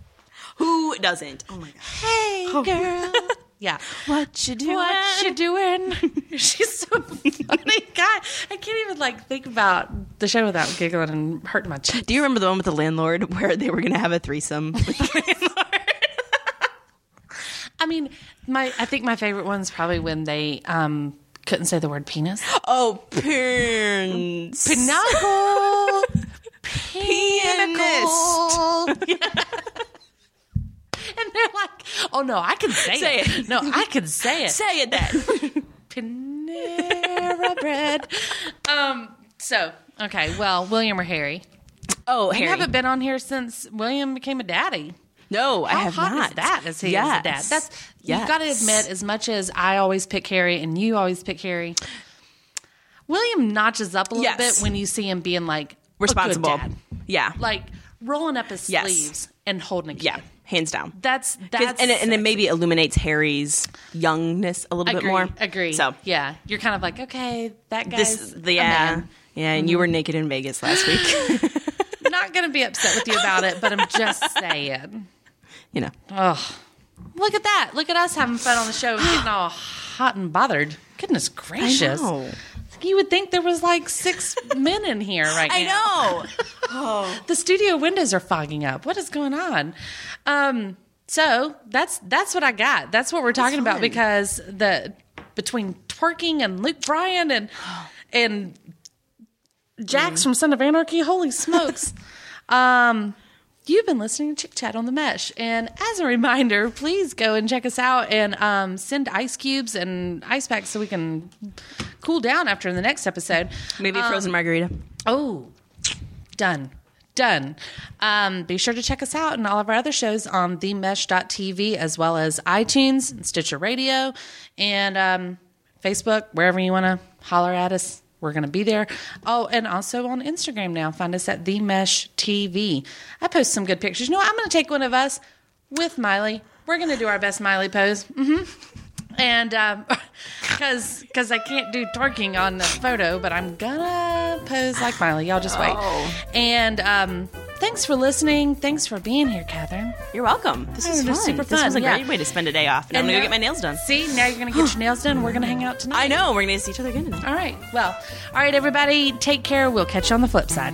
Speaker 4: Who doesn't? Oh my God.
Speaker 3: Hey, girl. Yeah.
Speaker 4: What you doing?
Speaker 3: What you doing? She's so funny. God, I can't even like think about the show without giggling and hurting my cheek.
Speaker 4: Do you remember the one with the landlord where they were going to have a threesome?
Speaker 3: I mean, my I think my favorite one's probably when they um couldn't say the word penis.
Speaker 4: oh, pins.
Speaker 3: Knuckle.
Speaker 4: Pianist.
Speaker 3: and they're like, oh no, I can say,
Speaker 4: Say
Speaker 3: it.
Speaker 4: it.
Speaker 3: No, I can say it.
Speaker 4: Say it then.
Speaker 3: Pin- Thoroughbred. um. So okay. Well, William or Harry.
Speaker 4: Oh,
Speaker 3: You
Speaker 4: Harry.
Speaker 3: haven't been on here since William became a daddy.
Speaker 4: no, I
Speaker 3: How
Speaker 4: have
Speaker 3: hot
Speaker 4: not.
Speaker 3: Is that as he is a dad.
Speaker 4: Yes.
Speaker 3: That's you've got to
Speaker 4: Yes.
Speaker 3: admit. As much as I always pick Harry and you always pick Harry, William notches up a little bit
Speaker 4: Yes.
Speaker 3: when you see him being like
Speaker 4: responsible.
Speaker 3: a good dad.
Speaker 4: Yeah.
Speaker 3: like rolling up his
Speaker 4: Yes.
Speaker 3: sleeves and holding a kid.
Speaker 4: yeah, hands down.
Speaker 3: That's
Speaker 4: 'Cause-
Speaker 3: that's
Speaker 4: and, it- and it maybe illuminates Harry's youngness a little
Speaker 3: agree,
Speaker 4: bit more.
Speaker 3: Agree.
Speaker 4: So
Speaker 3: yeah, you're kind of like okay, that guy's
Speaker 4: this,
Speaker 3: a
Speaker 4: the yeah,
Speaker 3: man.
Speaker 4: yeah. And you were naked in Vegas last week.
Speaker 3: Not gonna be upset with you about it, but I'm just saying.
Speaker 4: you know,
Speaker 3: Look at that! Look at us having fun on the show, and getting all hot and bothered. Goodness gracious!
Speaker 4: know.
Speaker 3: You would think there was like six men in here right now.
Speaker 4: know.
Speaker 3: the studio windows are fogging up. What is going on? Um, so that's that's what I got. That's what we're talking about because the between twerking and Luke Bryan and and Jax from Son of Anarchy, holy smokes. um You've been listening to Chick Chat on the Mesh. And as a reminder, please go and check us out and um, send ice cubes and ice packs so we can cool down after the next episode.
Speaker 4: Maybe
Speaker 3: Um,
Speaker 4: a frozen margarita.
Speaker 3: Oh, done. Done. Um, be sure to check us out and all of our other shows on themesh.tv as well as iTunes and Stitcher Radio and um, Facebook, wherever you want to holler at us. We're going to be there. Oh, and also on Instagram now. Find us at TV. I post some good pictures. You know what? I'm going to take one of us with Miley. We're going to do our best Miley pose Mm-hmm. and because because I can't do twerking on the photo, but I'm gonna pose like Miley. Y'all just wait.
Speaker 4: Oh.
Speaker 3: And um, thanks for listening. Thanks for being here, Catherine.
Speaker 4: You're welcome. This is
Speaker 3: Oh, this is
Speaker 4: fun.
Speaker 3: super
Speaker 4: This
Speaker 3: fun,
Speaker 4: was a
Speaker 3: yeah.
Speaker 4: great way to spend a day off, and, I'm gonna go get my nails done.
Speaker 3: See, now you're gonna get your nails done. We're gonna hang out tonight.
Speaker 4: I know. We're gonna see each other again tonight.
Speaker 3: All right. Well, all right, everybody. Take care. We'll catch you on the flip side.